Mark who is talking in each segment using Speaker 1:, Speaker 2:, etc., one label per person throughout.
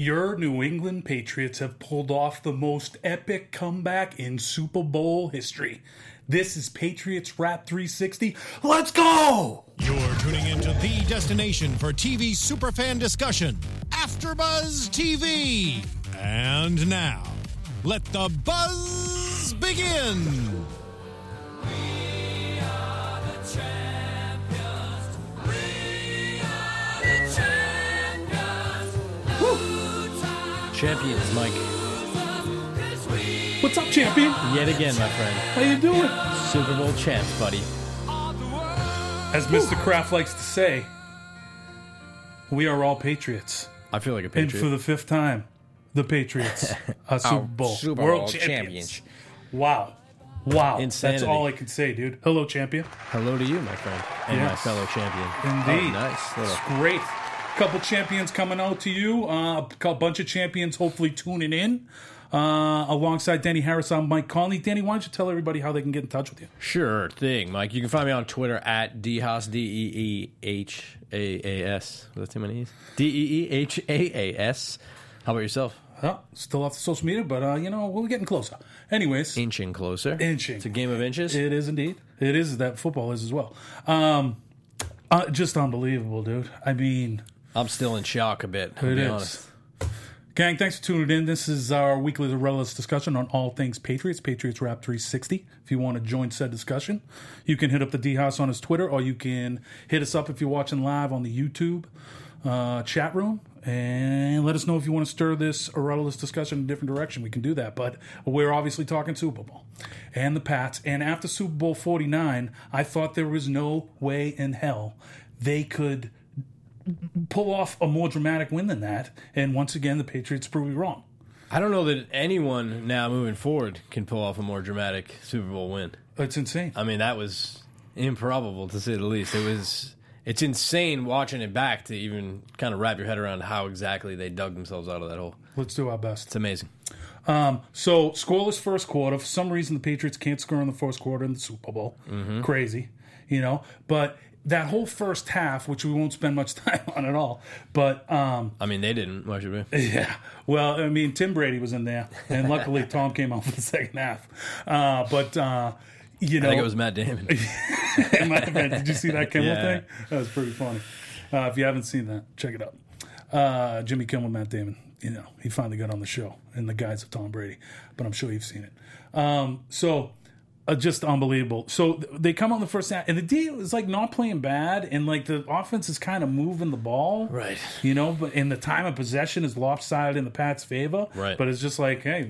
Speaker 1: Your New England Patriots have pulled off the most epic comeback in Super Bowl history. This is Patriots Wrap 360. Let's go!
Speaker 2: You're tuning into the destination for TV superfan discussion, AfterBuzz TV. And now, let the buzz begin.
Speaker 3: Champions, Mike.
Speaker 1: What's up, champion?
Speaker 3: Yet again, my friend.
Speaker 1: How you doing?
Speaker 3: Super Bowl champs, buddy.
Speaker 1: As Mr. Kraft likes to say, we are all Patriots.
Speaker 3: I feel like a
Speaker 1: And for the fifth time, the Patriots are Super Bowl
Speaker 3: Super
Speaker 1: World
Speaker 3: Bowl
Speaker 1: champions.
Speaker 3: champions.
Speaker 1: Wow. Wow.
Speaker 3: Insanity.
Speaker 1: That's all I can say, dude. Hello, champion.
Speaker 3: Hello to you, my friend, and
Speaker 1: Yes.
Speaker 3: my fellow champion.
Speaker 1: Indeed.
Speaker 3: Oh, nice. Little-
Speaker 1: It's great. Couple champions coming out to you. Uh, a cou- bunch of champions hopefully tuning in. Uh, alongside Danny Harris, I'm Mike Conley. Danny, why don't you tell everybody how they can get in touch with you?
Speaker 3: Sure thing, Mike. You can find me on Twitter at dhas d e e h a a s. Was that too many e's? D e e h a a s. How about yourself?
Speaker 1: Well, still off the social media, but uh, you know we're getting closer. Anyways,
Speaker 3: Inching closer.
Speaker 1: Inching.
Speaker 3: It's a game of inches.
Speaker 1: it is indeed. It is that football is as well. Um, uh, just unbelievable, dude. I mean,
Speaker 3: I'm still in shock a bit. To
Speaker 1: It
Speaker 3: be
Speaker 1: is.
Speaker 3: honest.
Speaker 1: Gang, thanks for tuning in. This is our weekly The Relevance discussion on all things Patriots, Patriots Wrap 360. If you want to join said discussion, you can hit up the D House on his Twitter or you can hit us up if you're watching live on the YouTube uh, chat room. And let us know if you want to stir this Aurelius discussion in a different direction. We can do that. But we're obviously talking Super Bowl and the Pats. And after Super Bowl 49, I thought there was no way in hell they could pull off a more dramatic win than that. And once again, the Patriots prove me wrong.
Speaker 3: I don't know that anyone now moving forward can pull off a more dramatic Super Bowl win.
Speaker 1: It's insane.
Speaker 3: I mean, that was improbable to say the least. It was. It's insane watching it back to even kind of wrap your head around how exactly they dug themselves out of that hole.
Speaker 1: Let's do our best.
Speaker 3: It's amazing.
Speaker 1: So, scoreless first quarter. For some reason, the Patriots can't score in the first quarter in the Super Bowl.
Speaker 3: Mm-hmm.
Speaker 1: Crazy, you know. But that whole first half, which we won't spend much time on at all, but um,
Speaker 3: I mean, they didn't. Why should we?
Speaker 1: Yeah. Well, I mean, Tim Brady was in there, and luckily Tom came out for the second half. Uh, but uh, you know,
Speaker 3: I think it was Matt Damon.
Speaker 1: it might have been. Did you see that Kimmel
Speaker 3: Yeah.
Speaker 1: thing? That was pretty funny. Uh, if you haven't seen that, check it out. Uh, Jimmy Kimmel, Matt Damon. You know, he finally got on the show in the guise of Tom Brady, but I'm sure you've seen it. Um, so, uh, just unbelievable. So th- they come on the first half, and the D is like not playing bad, and like the offense is kind of moving the ball,
Speaker 3: Right.
Speaker 1: You know, but in the time of possession is lopsided in the Pats' favor,
Speaker 3: Right.
Speaker 1: But it's just like, hey,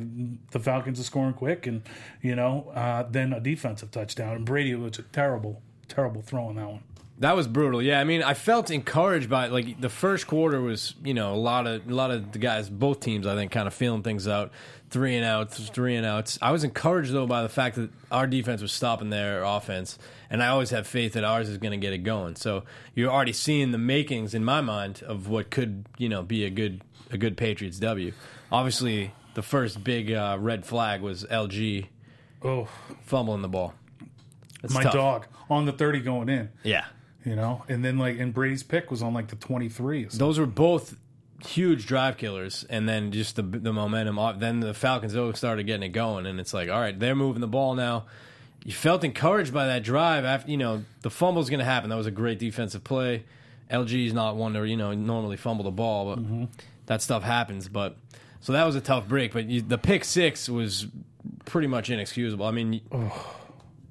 Speaker 1: the Falcons are scoring quick, and you know, uh, then a defensive touchdown, and Brady was a terrible, terrible throw on that one.
Speaker 3: That was brutal. Yeah, I mean, I felt encouraged by like the first quarter was you know a lot of a lot of the guys, both teams, I think, kind of feeling things out, three and outs, three and outs. I was encouraged though by the fact that our defense was stopping their offense, and I always have faith that ours is going to get it going. So you're already seeing the makings in my mind of what could you know be a good a good Patriots W. Obviously, the first big uh, red flag was LG
Speaker 1: Oh,
Speaker 3: fumbling the ball. That's
Speaker 1: my
Speaker 3: tough.
Speaker 1: dog on the thirty going in,
Speaker 3: Yeah.
Speaker 1: you know, and then like, and Brady's pick was on like the twenty three.
Speaker 3: those were both huge drive killers and then just the the momentum off then the falcons though started getting it going and it's like all right they're moving the ball now you felt encouraged by that drive after you know the fumble's going to happen that was a great defensive play lg's not one to you know normally fumble the ball but that stuff happens but so that was a tough break but you, the pick six was pretty much inexcusable i mean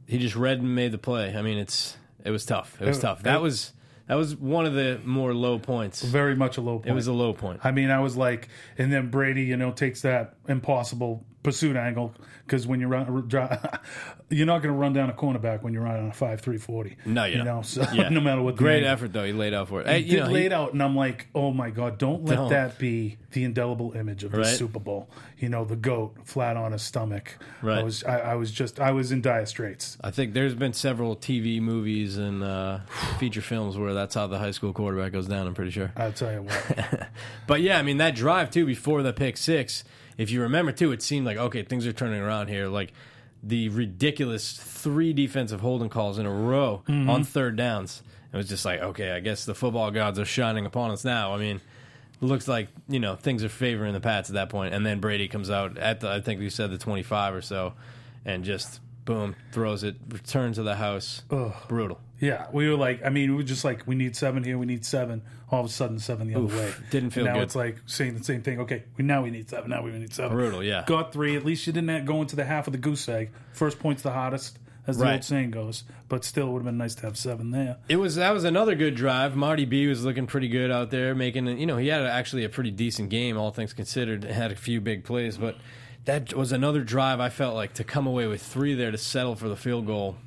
Speaker 3: he just read and made the play i mean it's it was tough it was
Speaker 1: It-
Speaker 3: tough that
Speaker 1: it-
Speaker 3: was that was one of the more low points
Speaker 1: Very much a low point.
Speaker 3: it was a low point.
Speaker 1: I mean, I was like, and then Brady, you know, takes that impossible pursuit angle because when you run, you're not going to run down a cornerback when you're running a five three forty.
Speaker 3: No, you're
Speaker 1: you
Speaker 3: not.
Speaker 1: know, so
Speaker 3: Yeah.
Speaker 1: no matter what, the
Speaker 3: Great
Speaker 1: angle.
Speaker 3: effort though. He laid out for it. Hey,
Speaker 1: It
Speaker 3: you know,
Speaker 1: did
Speaker 3: he-
Speaker 1: laid out, and I'm like, oh my god, don't let
Speaker 3: Don't.
Speaker 1: that be the indelible image of the
Speaker 3: Right.
Speaker 1: Super Bowl. You know, the goat flat on his stomach. I
Speaker 3: Right.
Speaker 1: was, I, I was just, I was in dire straits.
Speaker 3: I think there's been several TV movies and uh, feature films where that's how the high school quarterback goes down. I'm pretty sure.
Speaker 1: I'll tell you what.
Speaker 3: But yeah, I mean that drive too before the pick six. If you remember too, it seemed like okay, things are turning around here. Like the ridiculous three defensive holding calls in a row on third downs. It was just like okay, I guess the football gods are shining upon us now. I mean, looks like you know things are favoring the Pats at that point, and then Brady comes out at the I think we said the twenty five or so, and just boom throws it, return to the house, brutal.
Speaker 1: Yeah, we were like, I mean, we were just like, we need seven here, we need seven. All of a sudden, seven the other way.
Speaker 3: didn't feel
Speaker 1: now
Speaker 3: good.
Speaker 1: it's like saying the same thing. Okay, we, now we need seven. Now we need seven.
Speaker 3: Brutal, yeah.
Speaker 1: Got three. At least you didn't have- go into the half of the goose egg. First point's the hottest, as the
Speaker 3: Right.
Speaker 1: old saying goes. But still, it would have been nice to have seven there.
Speaker 3: It was that was another good drive. Marty B was looking pretty good out there, making you know he had actually a pretty decent game, all things considered, and had a few big plays. But that was another drive I felt like to come away with three there to settle for the field goal.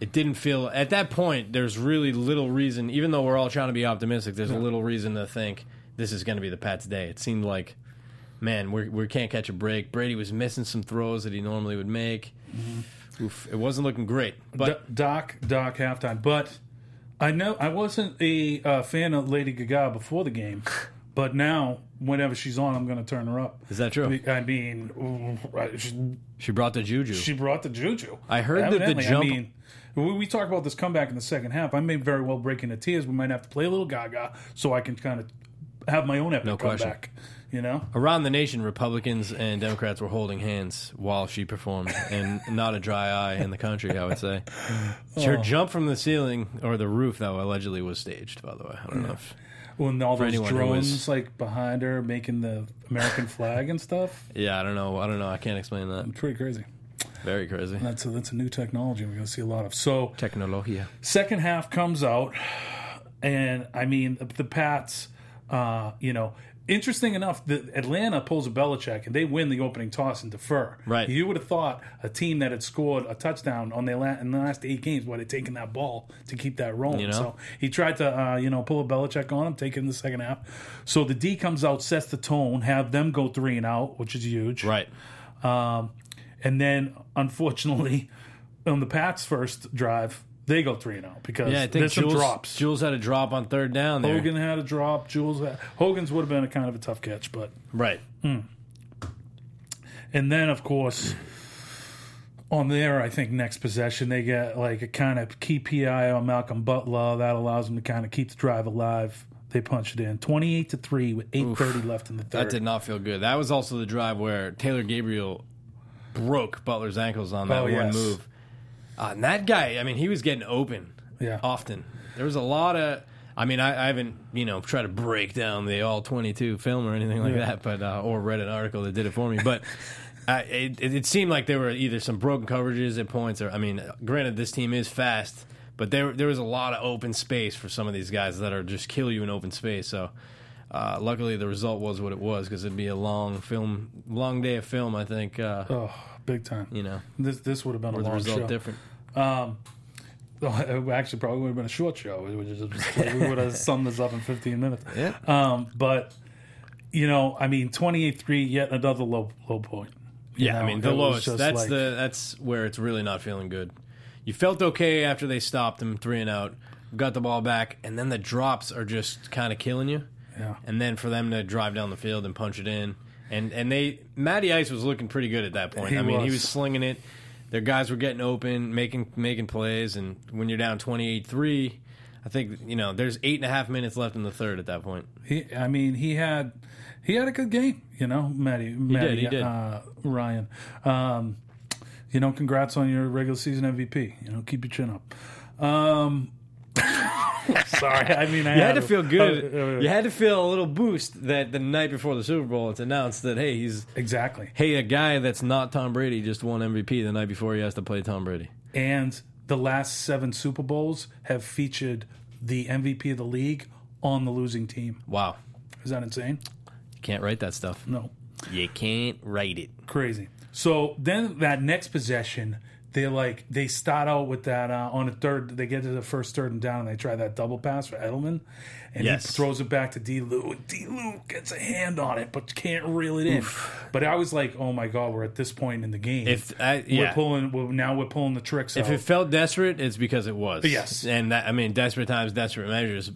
Speaker 3: It didn't feel at that point. There's really little reason, even though we're all trying to be optimistic. There's a little reason to think this is going to be the Pats' day. It seemed like, man, we we can't catch a break. Brady was missing some throws that he normally would make. Oof, it wasn't looking great, but.
Speaker 1: Do- Doc, Doc, halftime. But I know I wasn't a uh, fan of Lady Gaga before the game, but now whenever she's on, I'm going to turn her up.
Speaker 3: Is that true?
Speaker 1: I mean, ooh, she-
Speaker 3: She brought the juju.
Speaker 1: She brought the juju.
Speaker 3: I heard that the
Speaker 1: Evidently,
Speaker 3: jump-
Speaker 1: I mean, we, we talk about this comeback in the second half. I may very well break into tears. We might have to play a little Gaga so I can kind of have my own epic
Speaker 3: No question.
Speaker 1: comeback. You know,
Speaker 3: Around the nation, Republicans and Democrats were holding hands while she performed, and not a dry eye in the country, I would say.
Speaker 1: Oh.
Speaker 3: Her jump from the ceiling or the roof, though, allegedly was staged. By the way, I don't know. If,
Speaker 1: when all those
Speaker 3: anyone who
Speaker 1: drones
Speaker 3: was-
Speaker 1: like behind her making the American flag and stuff.
Speaker 3: yeah, I don't know. I don't know. I can't explain that.
Speaker 1: Pretty crazy.
Speaker 3: Very crazy.
Speaker 1: That's a, that's a new technology we're going to see a lot of. So
Speaker 3: Technologia.
Speaker 1: second half comes out, and I mean the, the Pats. Uh, you know, interesting enough, the Atlanta pulls a Belichick and they win the opening toss and defer.
Speaker 3: Right.
Speaker 1: You would have thought a team that had scored a touchdown on their la- in the last eight games would have taken that ball to keep that rolling.
Speaker 3: You know?
Speaker 1: So he tried to uh, you know pull a Belichick on him, take it in the second half. So the D comes out, sets the tone, have them go three and out, which is huge.
Speaker 3: Right.
Speaker 1: Um, and then, unfortunately, on the Pats' first drive, they go three and out because
Speaker 3: Yeah, I think
Speaker 1: there's some
Speaker 3: Jules,
Speaker 1: drops.
Speaker 3: Jules had a drop on third down there.
Speaker 1: Hogan had a drop. Jules had, Hogan's would have been a kind of a tough catch, but
Speaker 3: Right.
Speaker 1: and then of course. On their, I think, next possession, they get like a kind of key PI on Malcolm Butler. That allows them to kind of keep the drive alive. They punch it in 28 to 3 with 8.30 left in the third.
Speaker 3: That did not feel good. That was also the drive where Taylor Gabriel broke Butler's ankles on that
Speaker 1: Oh,
Speaker 3: one
Speaker 1: yes.
Speaker 3: move. Uh, and that guy, I mean, he was getting open
Speaker 1: Yeah.
Speaker 3: often. There was a lot of. I mean, I, I haven't you know tried to break down the all twenty two film or anything like that, but uh, or read an article that did it for me, but. I, it, it it seemed like there were either some broken coverages at points, or I mean, granted this team is fast, but there there was a lot of open space for some of these guys that are just kill you in open space. So, uh, luckily the result was what it was because it'd be a long film, long day of film. I think uh,
Speaker 1: Oh, big time.
Speaker 3: you know
Speaker 1: This, this would have been a
Speaker 3: the
Speaker 1: long
Speaker 3: result
Speaker 1: show.
Speaker 3: different.
Speaker 1: Well, it actually probably would have been a short show. It would have just, we would have summed this up in 15 minutes.
Speaker 3: Yeah.
Speaker 1: Um, but, you know, I mean, 28 3, yet another low low point. You
Speaker 3: Yeah, I
Speaker 1: know,
Speaker 3: mean
Speaker 1: it
Speaker 3: the
Speaker 1: was
Speaker 3: lowest.
Speaker 1: just
Speaker 3: That's
Speaker 1: like-
Speaker 3: the that's where it's really not feeling good. You felt okay after they stopped him three and out, got the ball back, and then the drops are just kind of killing you.
Speaker 1: Yeah.
Speaker 3: And then for them to drive down the field and punch it in, and and they Matty Ice was looking pretty good at that point.
Speaker 1: He
Speaker 3: I mean he
Speaker 1: was.
Speaker 3: was slinging it. Their guys were getting open, making making plays, and when you're down twenty eight three. I think you know. There's eight and a half minutes left in the third at that point.
Speaker 1: He, I mean, he had he had a good game, you know, Matty. Matty
Speaker 3: he did.
Speaker 1: Uh, Ryan. Um, you know, congrats on your regular season MVP. You know, keep your chin up. Um, sorry, I mean, I
Speaker 3: You had to feel good. You had to feel a little boost that the night before the Super Bowl, it's announced that hey, he's
Speaker 1: exactly.
Speaker 3: hey, a guy that's not Tom Brady just won MVP the night before he has to play Tom Brady.
Speaker 1: and the last seven Super Bowls have featured the MVP of the league on the losing team.
Speaker 3: Wow,
Speaker 1: Is that insane?
Speaker 3: you can't write that stuff.
Speaker 1: No,
Speaker 3: You can't write it.
Speaker 1: crazy. So then that next possession, they like they start out with that uh, on a third. They get to the first third and down, and they try that double pass for Edelman, and
Speaker 3: Yes.
Speaker 1: he throws it back to D. Lou. D. Lou gets a hand on it, but can't reel it in. But I was like, oh my god, we're at this point in the game.
Speaker 3: If I,
Speaker 1: we're
Speaker 3: yeah.
Speaker 1: pulling, we're, now we're pulling the tricks.
Speaker 3: If
Speaker 1: out.
Speaker 3: it felt desperate, it's because it was.
Speaker 1: Yes.
Speaker 3: and that, I mean desperate times, desperate measures.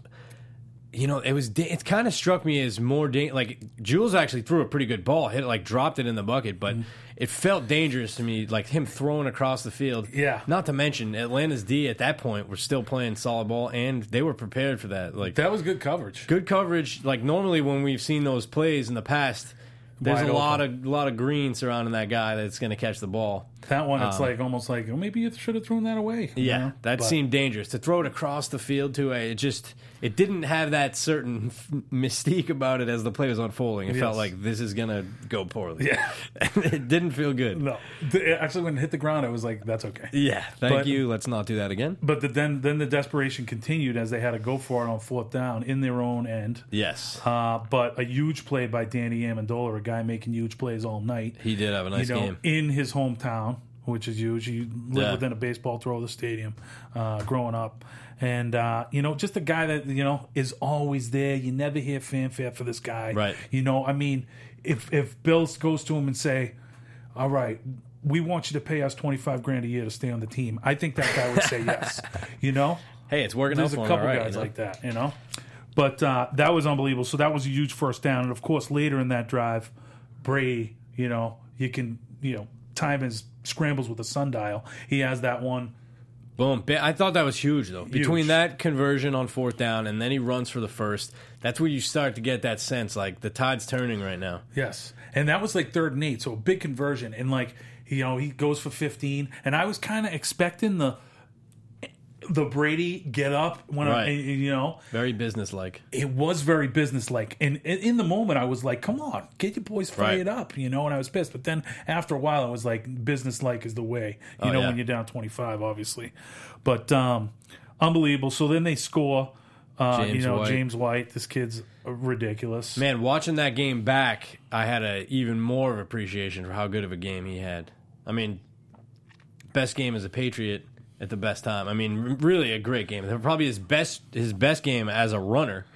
Speaker 3: you know, it was da- it kind of struck me as more da- like Jules actually threw a pretty good ball, hit it, like dropped it in the bucket, but
Speaker 1: Mm-hmm.
Speaker 3: it felt dangerous to me, like him throwing across the field.
Speaker 1: Yeah.
Speaker 3: Not to mention Atlanta's D at that point were still playing solid ball, and they were prepared for that. Like
Speaker 1: That was good coverage.
Speaker 3: good coverage. Like normally when we've seen those plays in the past, there's
Speaker 1: Wide
Speaker 3: a lot of lot of green surrounding that guy that's going to catch the ball.
Speaker 1: That one, it's like almost like, oh, maybe you should have thrown that away. you
Speaker 3: Um, Yeah,
Speaker 1: know?
Speaker 3: that
Speaker 1: But
Speaker 3: seemed dangerous to throw it across the field to a. It just it didn't have that certain f- mystique about it as the play was unfolding. It felt
Speaker 1: Yes.
Speaker 3: like this is gonna go poorly.
Speaker 1: Yeah.
Speaker 3: it didn't feel good.
Speaker 1: No, The- actually, when it hit the ground, I was like, that's okay.
Speaker 3: Yeah, thank
Speaker 1: But-
Speaker 3: you. Let's not do that again.
Speaker 1: But the, then, then the desperation continued as they had to go for it on fourth down in their own end.
Speaker 3: Yes,
Speaker 1: Uh, but a huge play by Danny Amendola, a guy making huge plays all night.
Speaker 3: he did have a nice
Speaker 1: you know,
Speaker 3: game.
Speaker 1: in his hometown, which is huge. You live
Speaker 3: Yeah.
Speaker 1: within a baseball throw of the stadium, uh, growing up, and uh, you know, just a guy that you know is always there. You never hear fanfare for this guy,
Speaker 3: Right.
Speaker 1: You know, I mean, if if Bill goes to him and say, "All right." We want you to pay us twenty five grand a year to stay on the team. I think that guy would say yes. You know,
Speaker 3: Hey, it's working out
Speaker 1: there's
Speaker 3: for
Speaker 1: a
Speaker 3: him.
Speaker 1: couple
Speaker 3: all right,
Speaker 1: guys
Speaker 3: you know?
Speaker 1: like that, you know. But uh, that was unbelievable. So that was a huge first down, and of course later in that drive, Bray, you know, you can you know time his scrambles with a sundial. He has that one.
Speaker 3: Boom. Ba- I thought that was huge, though.
Speaker 1: Huge.
Speaker 3: Between that conversion on fourth down and then he runs for the first, that's where you start to get that sense like the tide's turning right now.
Speaker 1: Yes, and that was like third and eight, so a big conversion, and like you know he goes for fifteen, and I was kind of expecting the the Brady get up when I
Speaker 3: Right.
Speaker 1: you know
Speaker 3: Very businesslike.
Speaker 1: it was very businesslike. And in, in the moment, I was like, come on, get your boys fired
Speaker 3: Right.
Speaker 1: up, you know, and I was pissed. But then after a while, I was like, businesslike is the way, you
Speaker 3: Oh,
Speaker 1: know,
Speaker 3: yeah.
Speaker 1: when you're down 25, obviously. But um, unbelievable. So then they score, uh,
Speaker 3: James
Speaker 1: you know,
Speaker 3: White.
Speaker 1: James White. This kid's ridiculous.
Speaker 3: Man, watching that game back, I had a even more of appreciation for how good of a game he had. I mean, best game as a Patriot at the best time. I mean, r- really a great game. Probably his best his best game as a runner.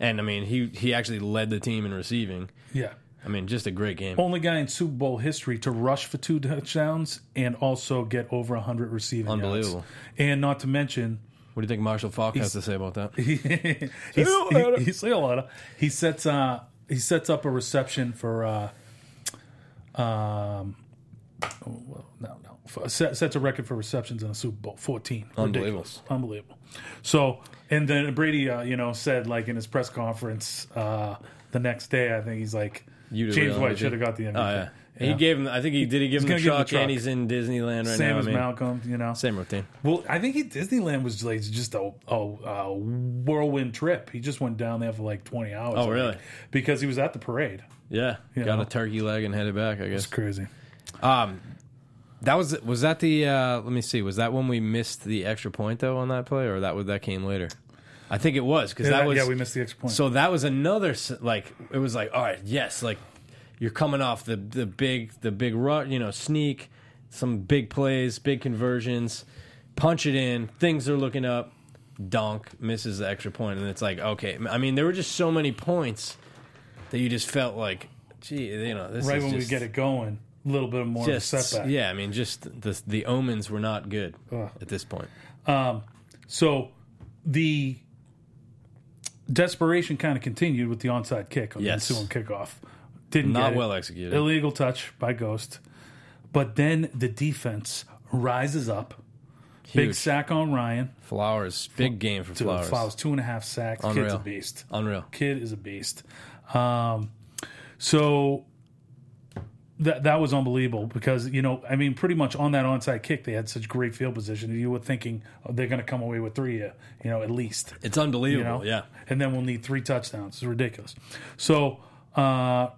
Speaker 3: And I mean, he he actually led the team in receiving.
Speaker 1: Yeah.
Speaker 3: I mean, just a great game.
Speaker 1: Only guy in Super Bowl history to rush for two touchdowns and also get over 100 receiving yards.
Speaker 3: Unbelievable.
Speaker 1: And not to mention,
Speaker 3: What do you think Marshall Falk has to say about that?
Speaker 1: he, he,
Speaker 3: you later.
Speaker 1: he, see you later. He sets uh, he sets up a reception for uh, um, oh, well, no, no, for, set, sets a record for receptions in a Super Bowl fourteen.
Speaker 3: Unbelievable.
Speaker 1: Ridiculous. unbelievable. So, and then Brady, uh, you know, said like in his press conference uh, the next day, I think he's like,
Speaker 3: You did
Speaker 1: James
Speaker 3: well,
Speaker 1: White
Speaker 3: did
Speaker 1: should have
Speaker 3: you?
Speaker 1: got the MVP.
Speaker 3: Oh yeah.
Speaker 1: Yeah.
Speaker 3: He gave him. I think he did. He give him
Speaker 1: gonna
Speaker 3: the
Speaker 1: give him the
Speaker 3: truck,
Speaker 1: truck.
Speaker 3: and he's in Disneyland right
Speaker 1: Same
Speaker 3: now.
Speaker 1: as
Speaker 3: I mean,
Speaker 1: Malcolm, you know.
Speaker 3: Same routine.
Speaker 1: Well, I think he, Disneyland was like just a, a, a whirlwind trip. He just went down there for like twenty hours. I think,
Speaker 3: Oh, really?
Speaker 1: Because he was at the parade.
Speaker 3: Yeah, got
Speaker 1: know.
Speaker 3: a turkey leg and headed back. I guess.
Speaker 1: crazy.
Speaker 3: Um, that was was that the uh, let me see was that when we missed the extra point though on that play or that was- that came later? I think it was because that was
Speaker 1: yeah, we missed the extra point.
Speaker 3: so that was another s- like it was like all right yes like you're coming off the the big the big rut you know sneak some big plays big conversions punch it in things are looking up dunk misses the extra point and it's like okay I mean there were just so many points that you just felt like gee you know this
Speaker 1: right
Speaker 3: is
Speaker 1: when
Speaker 3: just-
Speaker 1: we get it going, a little bit more of a
Speaker 3: just
Speaker 1: setback.
Speaker 3: yeah, I mean, just the the omens were not good at this point.
Speaker 1: So the desperation kind of continued with the onside kick on
Speaker 3: Yes.
Speaker 1: the ensuing kickoff. Didn't
Speaker 3: Not
Speaker 1: get it.
Speaker 3: well executed.
Speaker 1: Illegal touch by Ghost. But then the defense rises up. Big
Speaker 3: Huge.
Speaker 1: sack on Ryan.
Speaker 3: Flowers, big game for
Speaker 1: Dude,
Speaker 3: Flowers.
Speaker 1: Flowers, two and a half sacks. Kid's
Speaker 3: Unreal.
Speaker 1: a beast.
Speaker 3: Unreal.
Speaker 1: Kid is a beast. Um, so that that was unbelievable because you know I mean pretty much on that onside kick they had such great field position. You were thinking oh, they're going to come away with three, uh, you know, at least.
Speaker 3: It's
Speaker 1: You know,
Speaker 3: unbelievable. Yeah.
Speaker 1: And then we'll need three touchdowns. It's ridiculous. So uh,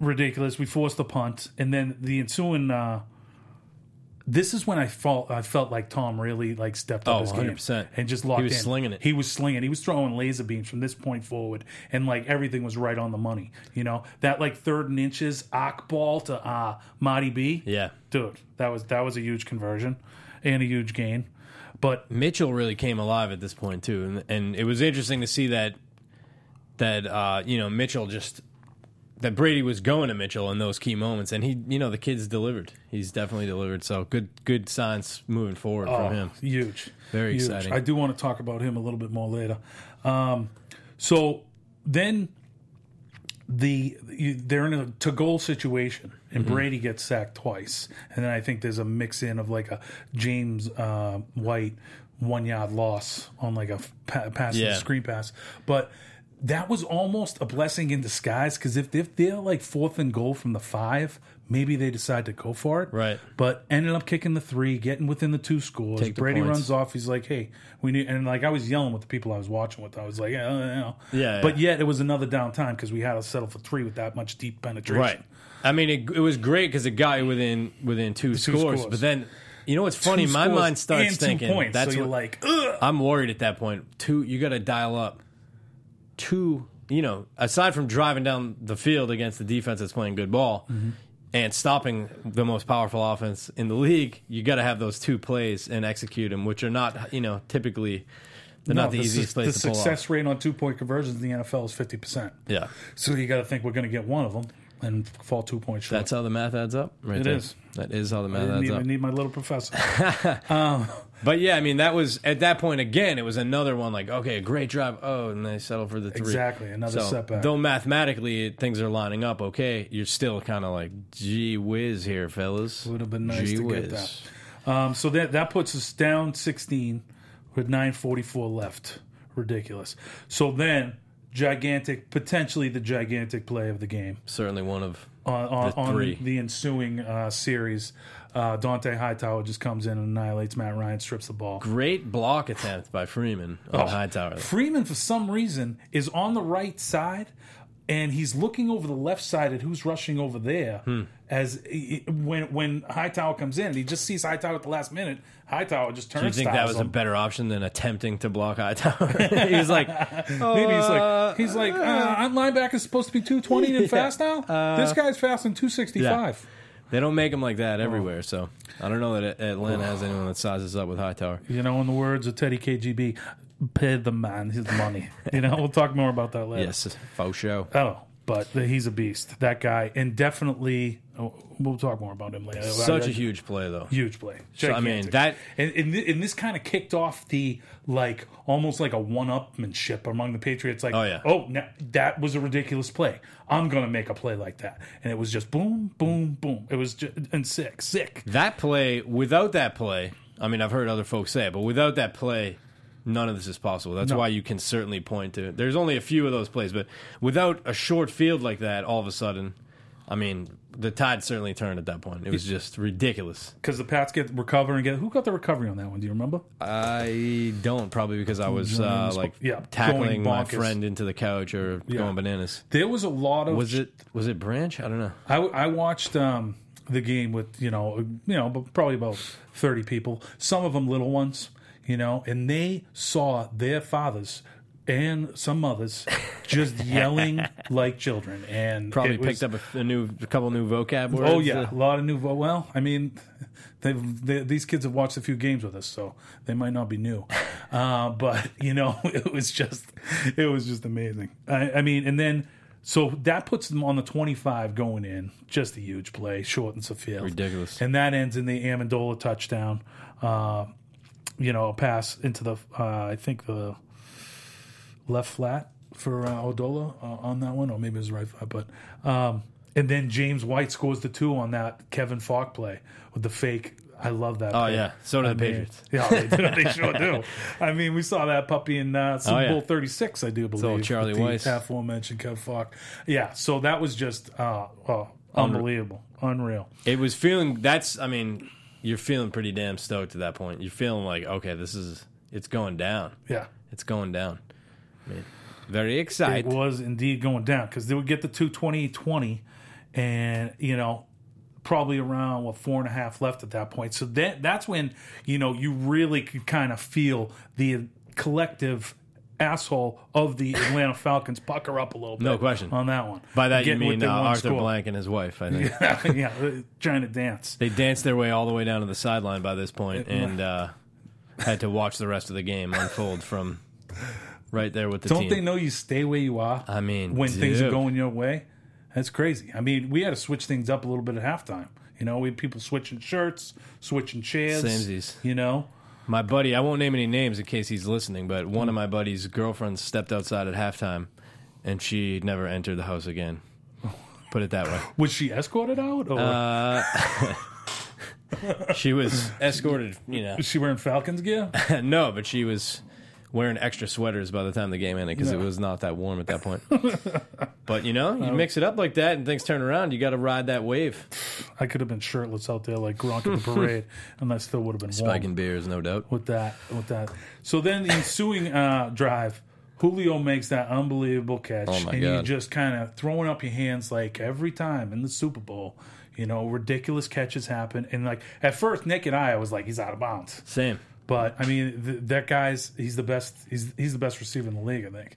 Speaker 1: ridiculous. We forced the punt, and then the ensuing. Uh, this is when I felt I felt like Tom really like stepped up
Speaker 3: Oh,
Speaker 1: his game
Speaker 3: 100%.
Speaker 1: and just locked
Speaker 3: He was
Speaker 1: in.
Speaker 3: slinging it.
Speaker 1: He was slinging. He was throwing laser beams from this point forward, and like everything was right on the money. You know that like third and inches arc ball to uh, Marty B.
Speaker 3: Yeah.
Speaker 1: dude, that was that was a huge conversion and a huge gain. But
Speaker 3: Mitchell really came alive at this point too, and and it was interesting to see that that uh, you know Mitchell just that Brady was going to Mitchell in those key moments, and he you know the kid's delivered. He's definitely delivered. So good good signs moving forward
Speaker 1: Oh,
Speaker 3: from him.
Speaker 1: Huge.
Speaker 3: Very
Speaker 1: Huge.
Speaker 3: exciting.
Speaker 1: I do want to talk about him a little bit more later. Um, So then the you, they're in a to goal situation, and
Speaker 3: Mm-hmm.
Speaker 1: Brady gets sacked twice, and then I think there's a mix in of like a James uh, White one yard loss on like a f- pa- pass
Speaker 3: Yeah.
Speaker 1: screen pass, but. That was almost a blessing in disguise because if, if they're like fourth and goal from the five, maybe they decide to go for it.
Speaker 3: Right.
Speaker 1: But ended up kicking the three, getting within the two scores.
Speaker 3: Take the
Speaker 1: Brady
Speaker 3: points.
Speaker 1: runs off. He's like, "Hey, we need." And like I was yelling with the people I was watching with. I was like, "Yeah, yeah, yeah."
Speaker 3: Yeah,
Speaker 1: But yet it was another downtime because we had to settle for three with that much deep penetration.
Speaker 3: Right. I mean, it, it was great because it got you within within two, scores,
Speaker 1: scores.
Speaker 3: But then, you know what's funny?
Speaker 1: Two
Speaker 3: My
Speaker 1: scores
Speaker 3: mind starts
Speaker 1: and two
Speaker 3: thinking
Speaker 1: points,
Speaker 3: that's
Speaker 1: so you're
Speaker 3: what,
Speaker 1: like, Ugh!
Speaker 3: I'm worried at that point. Two, you got to dial up. Two, you know, aside from driving down the field against the defense that's playing good ball
Speaker 1: Mm-hmm.
Speaker 3: and stopping the most powerful offense in the league, you got to have those two plays and execute them, which are not, you know, typically they're not the,
Speaker 1: this
Speaker 3: easiest
Speaker 1: is-
Speaker 3: plays
Speaker 1: The
Speaker 3: to pull
Speaker 1: success rate on two point conversions in the NFL is fifty percent.
Speaker 3: off. Yeah,
Speaker 1: So you got to think we're going to get one of them and fall two points short.
Speaker 3: that's how the math adds up. Right
Speaker 1: It
Speaker 3: there.
Speaker 1: is.
Speaker 3: That is how the math
Speaker 1: I
Speaker 3: adds
Speaker 1: need,
Speaker 3: up.
Speaker 1: I need my little professor.
Speaker 3: But yeah, I mean, that was at that point again. It was another one like, okay, a great drive. Oh, and they settle for the three.
Speaker 1: Exactly, another setback.
Speaker 3: Though mathematically it- things are lining up okay, you're still kind of like, gee whiz here, fellas.
Speaker 1: Would have been nice to get that. Um, so that that puts us down 16 with 944 left. Ridiculous. So then gigantic potentially the gigantic play of the game
Speaker 3: Certainly one of
Speaker 1: on on,
Speaker 3: The
Speaker 1: on
Speaker 3: three.
Speaker 1: the ensuing uh, series uh, Dante Hightower just comes in and annihilates Matt Ryan strips the ball
Speaker 3: great block attempt by Freeman on
Speaker 1: Oh.
Speaker 3: Hightower.
Speaker 1: Freeman, for some reason, is on the right side, and he's looking over the left side at who's rushing over there.
Speaker 3: Hmm.
Speaker 1: As when when Hightower comes in, he just sees Hightower at the last minute. Hightower just turns.
Speaker 3: Do you think that was a better option than attempting to block Hightower? He's like,
Speaker 1: Maybe he's like he's like uh, our linebacker's supposed to be two twenty and fast now. this guy's fast in two sixty five.
Speaker 3: they don't make them like that
Speaker 1: Oh.
Speaker 3: everywhere. So I don't know that Atlanta has anyone that sizes up with Hightower.
Speaker 1: You know, in the words of Teddy KGB, pay the man his money. you know, we'll talk more about that later.
Speaker 3: Yes, faux show.
Speaker 1: Oh, but he's a beast. That guy, and definitely, oh, we'll talk more about him later.
Speaker 3: Such a huge play, though.
Speaker 1: huge play.
Speaker 3: I mean,
Speaker 1: Gigantic.
Speaker 3: that-
Speaker 1: and, and, thi- and this kind of kicked off the like almost like a one-upmanship among the Patriots. Like,
Speaker 3: Oh, yeah.
Speaker 1: now, that was a ridiculous play. I'm gonna make a play like that, and it was just boom, boom, boom. It was just and sick, sick.
Speaker 3: That play, without that play, I mean, I've heard other folks say it, but without that play, none of this is possible. That's why you can certainly point to There's only a few of those plays, but without a short field like that, all of a sudden, I mean, the tide certainly turned at that point. It was just ridiculous.
Speaker 1: Because the Pats get recover and get who got the recovery on that one? Do you remember?
Speaker 3: Uh, I don't probably because I was uh,
Speaker 1: Jones,
Speaker 3: like
Speaker 1: yeah, going
Speaker 3: tackling my
Speaker 1: bonkers.
Speaker 3: friend into the couch or going bananas.
Speaker 1: There was a lot of
Speaker 3: Was it was it Branch? I don't know.
Speaker 1: I, I watched um, the game with you know uh, you know but probably about thirty people. Some of them little ones, you know, and they saw their fathers and some mothers just yelling like children, and
Speaker 3: Probably
Speaker 1: it was-
Speaker 3: picked up a, a new a couple new vocab words.
Speaker 1: Oh yeah, a lot of new. Well, I mean, they've they, these kids have watched a few games with us, so they might not be new. Uh, but you know, it was just it was just amazing. I, I mean, and then so that puts them on the twenty five going in. Just a huge play, shortens the field,
Speaker 3: Ridiculous.
Speaker 1: and that ends in the Amendola touchdown. Uh, you know, a pass into the uh, I think the left flat for uh, Odola uh, on that one, or maybe it was right flat. But um, and then James White scores the two on that Kevin Falk play with the fake. I love that.
Speaker 3: Oh
Speaker 1: play.
Speaker 3: yeah. So do the Patriots.
Speaker 1: Yeah, they, do, they sure do. I mean, we saw that puppy in uh, Super
Speaker 3: Oh, yeah.
Speaker 1: Bowl 36, I do believe.
Speaker 3: Charlie
Speaker 1: with the
Speaker 3: Weiss.
Speaker 1: Aforementioned Kevin Falk. Yeah, so that was just uh, oh, unbelievable. Unreal.
Speaker 3: It was feeling that's I mean, you're feeling pretty damn stoked at that point. You're feeling like, okay, this is it's going down.
Speaker 1: Yeah.
Speaker 3: It's going down. I mean, very
Speaker 1: It
Speaker 3: excited.
Speaker 1: was indeed going down because they would get the 220 20 and, you know, probably around what four and a half left at that point. So that that's when, you know, you really could kind of feel the collective asshole of the Atlanta Falcons pucker up a little bit.
Speaker 3: No question.
Speaker 1: On that one.
Speaker 3: By that
Speaker 1: Getting
Speaker 3: you mean
Speaker 1: within
Speaker 3: uh,
Speaker 1: one
Speaker 3: Arthur
Speaker 1: score.
Speaker 3: Blank and his wife, I think.
Speaker 1: yeah, uh, trying to dance.
Speaker 3: They danced their way all the way down to the sideline by this point and uh, had to watch the rest of the game unfold from right there with the
Speaker 1: Don't
Speaker 3: team.
Speaker 1: they know you stay where you are?
Speaker 3: I mean,
Speaker 1: when things are
Speaker 3: dude.
Speaker 1: going your way, that's crazy. I mean, we had to switch things up a little bit at halftime. You know, we had people switching shirts, switching chairs.
Speaker 3: Samesies.
Speaker 1: You know,
Speaker 3: my buddy, I won't name any names in case he's listening, but one of my buddy's girlfriends stepped outside at halftime and she never entered the house again. Put it that way.
Speaker 1: Was she escorted out? Or
Speaker 3: Uh, She was escorted, you know.
Speaker 1: is she wearing Falcons gear?
Speaker 3: no, but she was wearing extra sweaters by the time the game ended because it was not that warm at that point. but you know, you mix it up like that and things turn around. You got to ride that wave.
Speaker 1: I could have been shirtless out there like Gronk at the parade, and that still would have been warm.
Speaker 3: Spiking beers, no doubt.
Speaker 1: with that with that. So then the ensuing uh, drive, Julio makes that unbelievable catch,
Speaker 3: Oh my
Speaker 1: and you
Speaker 3: God.
Speaker 1: just kind of throwing up your hands like every time in the Super Bowl. You know, ridiculous catches happen, and like at first, Nick and I, I was like, he's out of bounds.
Speaker 3: Same.
Speaker 1: But I mean, th- that guy's he's the best. He's he's the best receiver in the league, I think.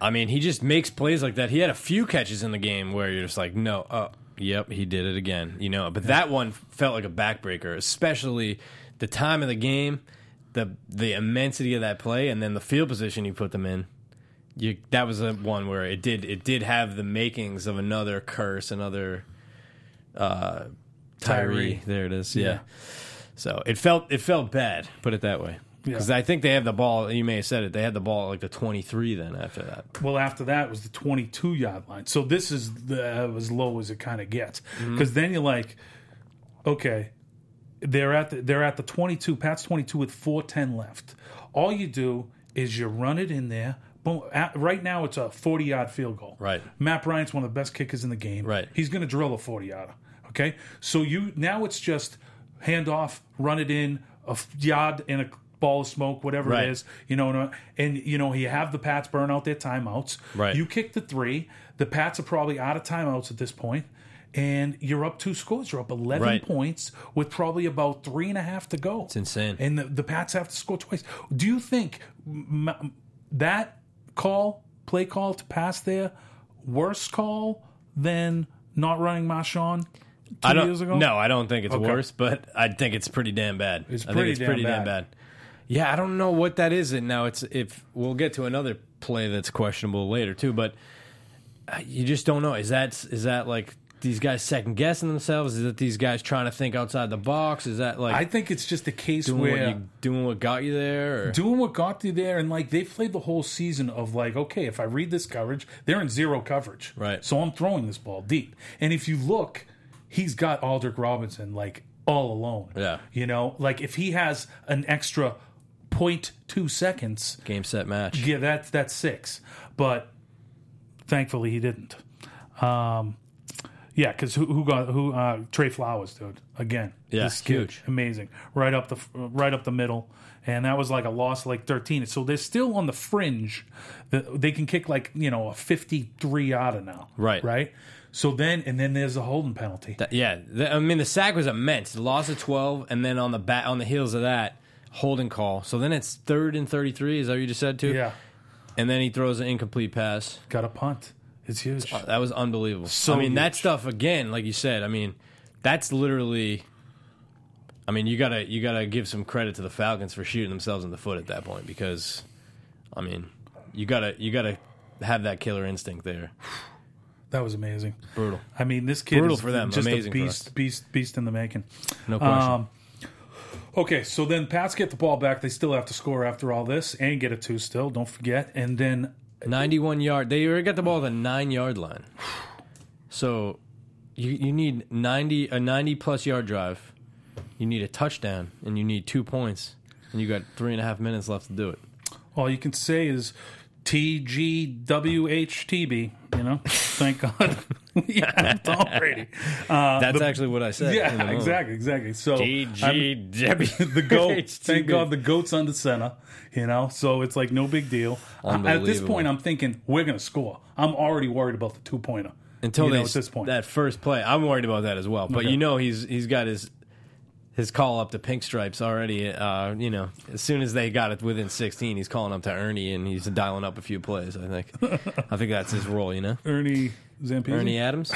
Speaker 3: I mean, he just makes plays like that. He had a few catches in the game where you're just like, no, uh, yep, he did it again, you know. But that one felt like a backbreaker, especially the time of the game, the the immensity of that play, and then the field position he put them in. You, that was a one where it did it did have the makings of another curse, another uh, Tyree.
Speaker 1: Tyree.
Speaker 3: There it is, yeah. So it felt it felt bad, put it that way.
Speaker 1: Yeah.
Speaker 3: Because I think they have the ball. You may have said it. They had the ball at like the twenty three. Then after that,
Speaker 1: Well, after that was the 22 yard line. So this is the, uh, as low as it kind of gets.
Speaker 3: Mm-hmm.
Speaker 1: Because then you're like, okay, they're at the, they're at the 22, Pat's 22 with 410 left. All you do is you run it in there. Boom. At, right now it's a 40 yard field goal.
Speaker 3: Right.
Speaker 1: Matt Bryant's one of the best kickers in the game.
Speaker 3: Right.
Speaker 1: He's going to drill a 40 yarder. Okay. So you now it's just hand off, run it in, a f- yard and a ball of smoke, whatever
Speaker 3: Right.
Speaker 1: it is. You know, and, and, you know, you have the Pats burn out their timeouts.
Speaker 3: Right.
Speaker 1: You kick the three. The Pats are probably out of timeouts at this point, And you're up two scores. You're up 11
Speaker 3: Right.
Speaker 1: points with probably about three and a half to go. It's
Speaker 3: insane.
Speaker 1: And the, the Pats have to score twice. Do you think m- m- that call, play call to pass there, worse call than not running Marshawn two
Speaker 3: I don't,
Speaker 1: years ago?
Speaker 3: No, I don't think it's worse, but I think it's pretty damn bad.
Speaker 1: It's
Speaker 3: I
Speaker 1: pretty
Speaker 3: think it's
Speaker 1: damn
Speaker 3: pretty
Speaker 1: bad.
Speaker 3: damn bad. Yeah, I don't know what that is. And now it's if we'll get to another play that's questionable later too, but uh, you just don't know. Is that is that like these guys second guessing themselves? Is that these guys trying to think outside the box? Is that like
Speaker 1: I think it's just a case
Speaker 3: doing
Speaker 1: where.
Speaker 3: what you doing what got you there? Or?
Speaker 1: doing what got you there and like they played the whole season of like okay if i read this coverage they're in zero coverage
Speaker 3: Right.
Speaker 1: so i'm throwing this ball deep and if you look he's got aldrich robinson like all alone
Speaker 3: Yeah.
Speaker 1: you know like if he has an extra 0.2 seconds
Speaker 3: Game set match.
Speaker 1: yeah that's that's six but thankfully he didn't um yeah, because who, who got who? Uh, Trey Flowers, dude. Again,
Speaker 3: Yeah,
Speaker 1: This kid,
Speaker 3: huge.
Speaker 1: amazing. Right up the right up the middle, and that was like a loss, like thirteen. So they're still on the fringe. The- They can kick like you know a fifty-three outer now,
Speaker 3: Right.
Speaker 1: Right. So then, and then there's a holding penalty.
Speaker 3: That- yeah, the, I mean the sack was immense. The loss of twelve, and then on the bat on the heels of that holding call. So then it's third and thirty three. Is that what you just said too?
Speaker 1: yeah,
Speaker 3: and then he throws an incomplete pass. Uh,
Speaker 1: got a punt. It's huge.
Speaker 3: That was unbelievable.
Speaker 1: So
Speaker 3: I mean, that
Speaker 1: huge.
Speaker 3: stuff again, like you said. I mean, that's literally. I mean, you gotta you gotta give some credit to the Falcons for shooting themselves in the foot at that point because, I mean, you gotta you gotta have that killer instinct there.
Speaker 1: That was amazing.
Speaker 3: Brutal.
Speaker 1: I mean, this kid
Speaker 3: Brutal
Speaker 1: is
Speaker 3: for them,
Speaker 1: Just a
Speaker 3: amazing for
Speaker 1: beast,
Speaker 3: us.
Speaker 1: beast, beast in the making.
Speaker 3: No question.
Speaker 1: Um, okay, so then Pats get the ball back. They still have to score after all this and get a two still. Don't forget. And then
Speaker 3: Ninety-one yard. They already got the ball at the nine yard line. So, you you need ninety a ninety plus yard drive. You need a touchdown and you need two points, and you got three and a half minutes left to do it.
Speaker 1: all you can say is TGWHTB. You know, thank God. yeah, Tom Brady. Uh,
Speaker 3: That's
Speaker 1: the-
Speaker 3: actually what I said. in the
Speaker 1: yeah,
Speaker 3: moment.
Speaker 1: exactly, exactly. So I'm-
Speaker 3: DGW.
Speaker 1: the goat. thank God the goat's under center. You know, so it's like no big deal. Uh, At this
Speaker 3: Unbelievable.
Speaker 1: point, I'm thinking we're gonna score. I'm already worried about the two pointer
Speaker 3: Until
Speaker 1: you
Speaker 3: they,
Speaker 1: know, at this point.
Speaker 3: that first play, I'm worried about that as well. But
Speaker 1: Okay.
Speaker 3: you know, he's he's got his his call up to Pink Stripes already. Uh, you know, as soon as they got it within 16, he's calling up to Ernie and he's dialing up a few plays. I think, I think that's his role. You know,
Speaker 1: Ernie Zampezi,
Speaker 3: Ernie Adams,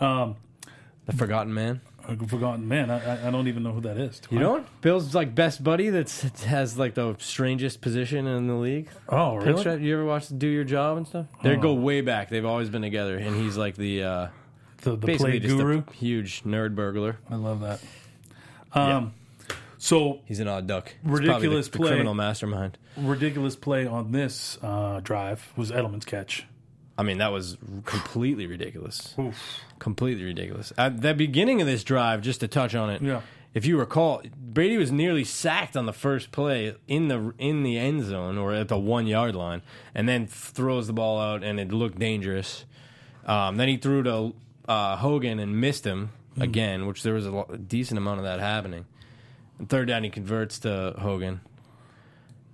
Speaker 3: um, the Forgotten Man.
Speaker 1: a forgotten man. I, I- I don't even know who that is.
Speaker 3: You know, Bill's like best buddy that has like the strangest position in the league.
Speaker 1: Oh,
Speaker 3: Pink
Speaker 1: really? Oh.
Speaker 3: Stripe, you ever watch Do Your Job and stuff? They go way back. They've always been together, and he's like the uh,
Speaker 1: The, the
Speaker 3: basically
Speaker 1: play
Speaker 3: just
Speaker 1: guru.
Speaker 3: a huge nerd burglar.
Speaker 1: I love that. Um, So
Speaker 3: He's an odd duck. He's probably
Speaker 1: Ridiculous
Speaker 3: the, the
Speaker 1: play.
Speaker 3: criminal mastermind.
Speaker 1: ridiculous play on this uh, drive was Edelman's catch.
Speaker 3: I mean, that was completely ridiculous. Completely ridiculous. At the beginning of this drive, just to touch on it,
Speaker 1: Yeah.
Speaker 3: if you recall, Brady was nearly sacked on the first play in the in the end zone or at the one yard line, and then throws the ball out, and it looked dangerous. Um, then he threw to uh, Hogan and missed him again, which there was a, lo- a decent amount of that happening. And third down, he converts to Hogan,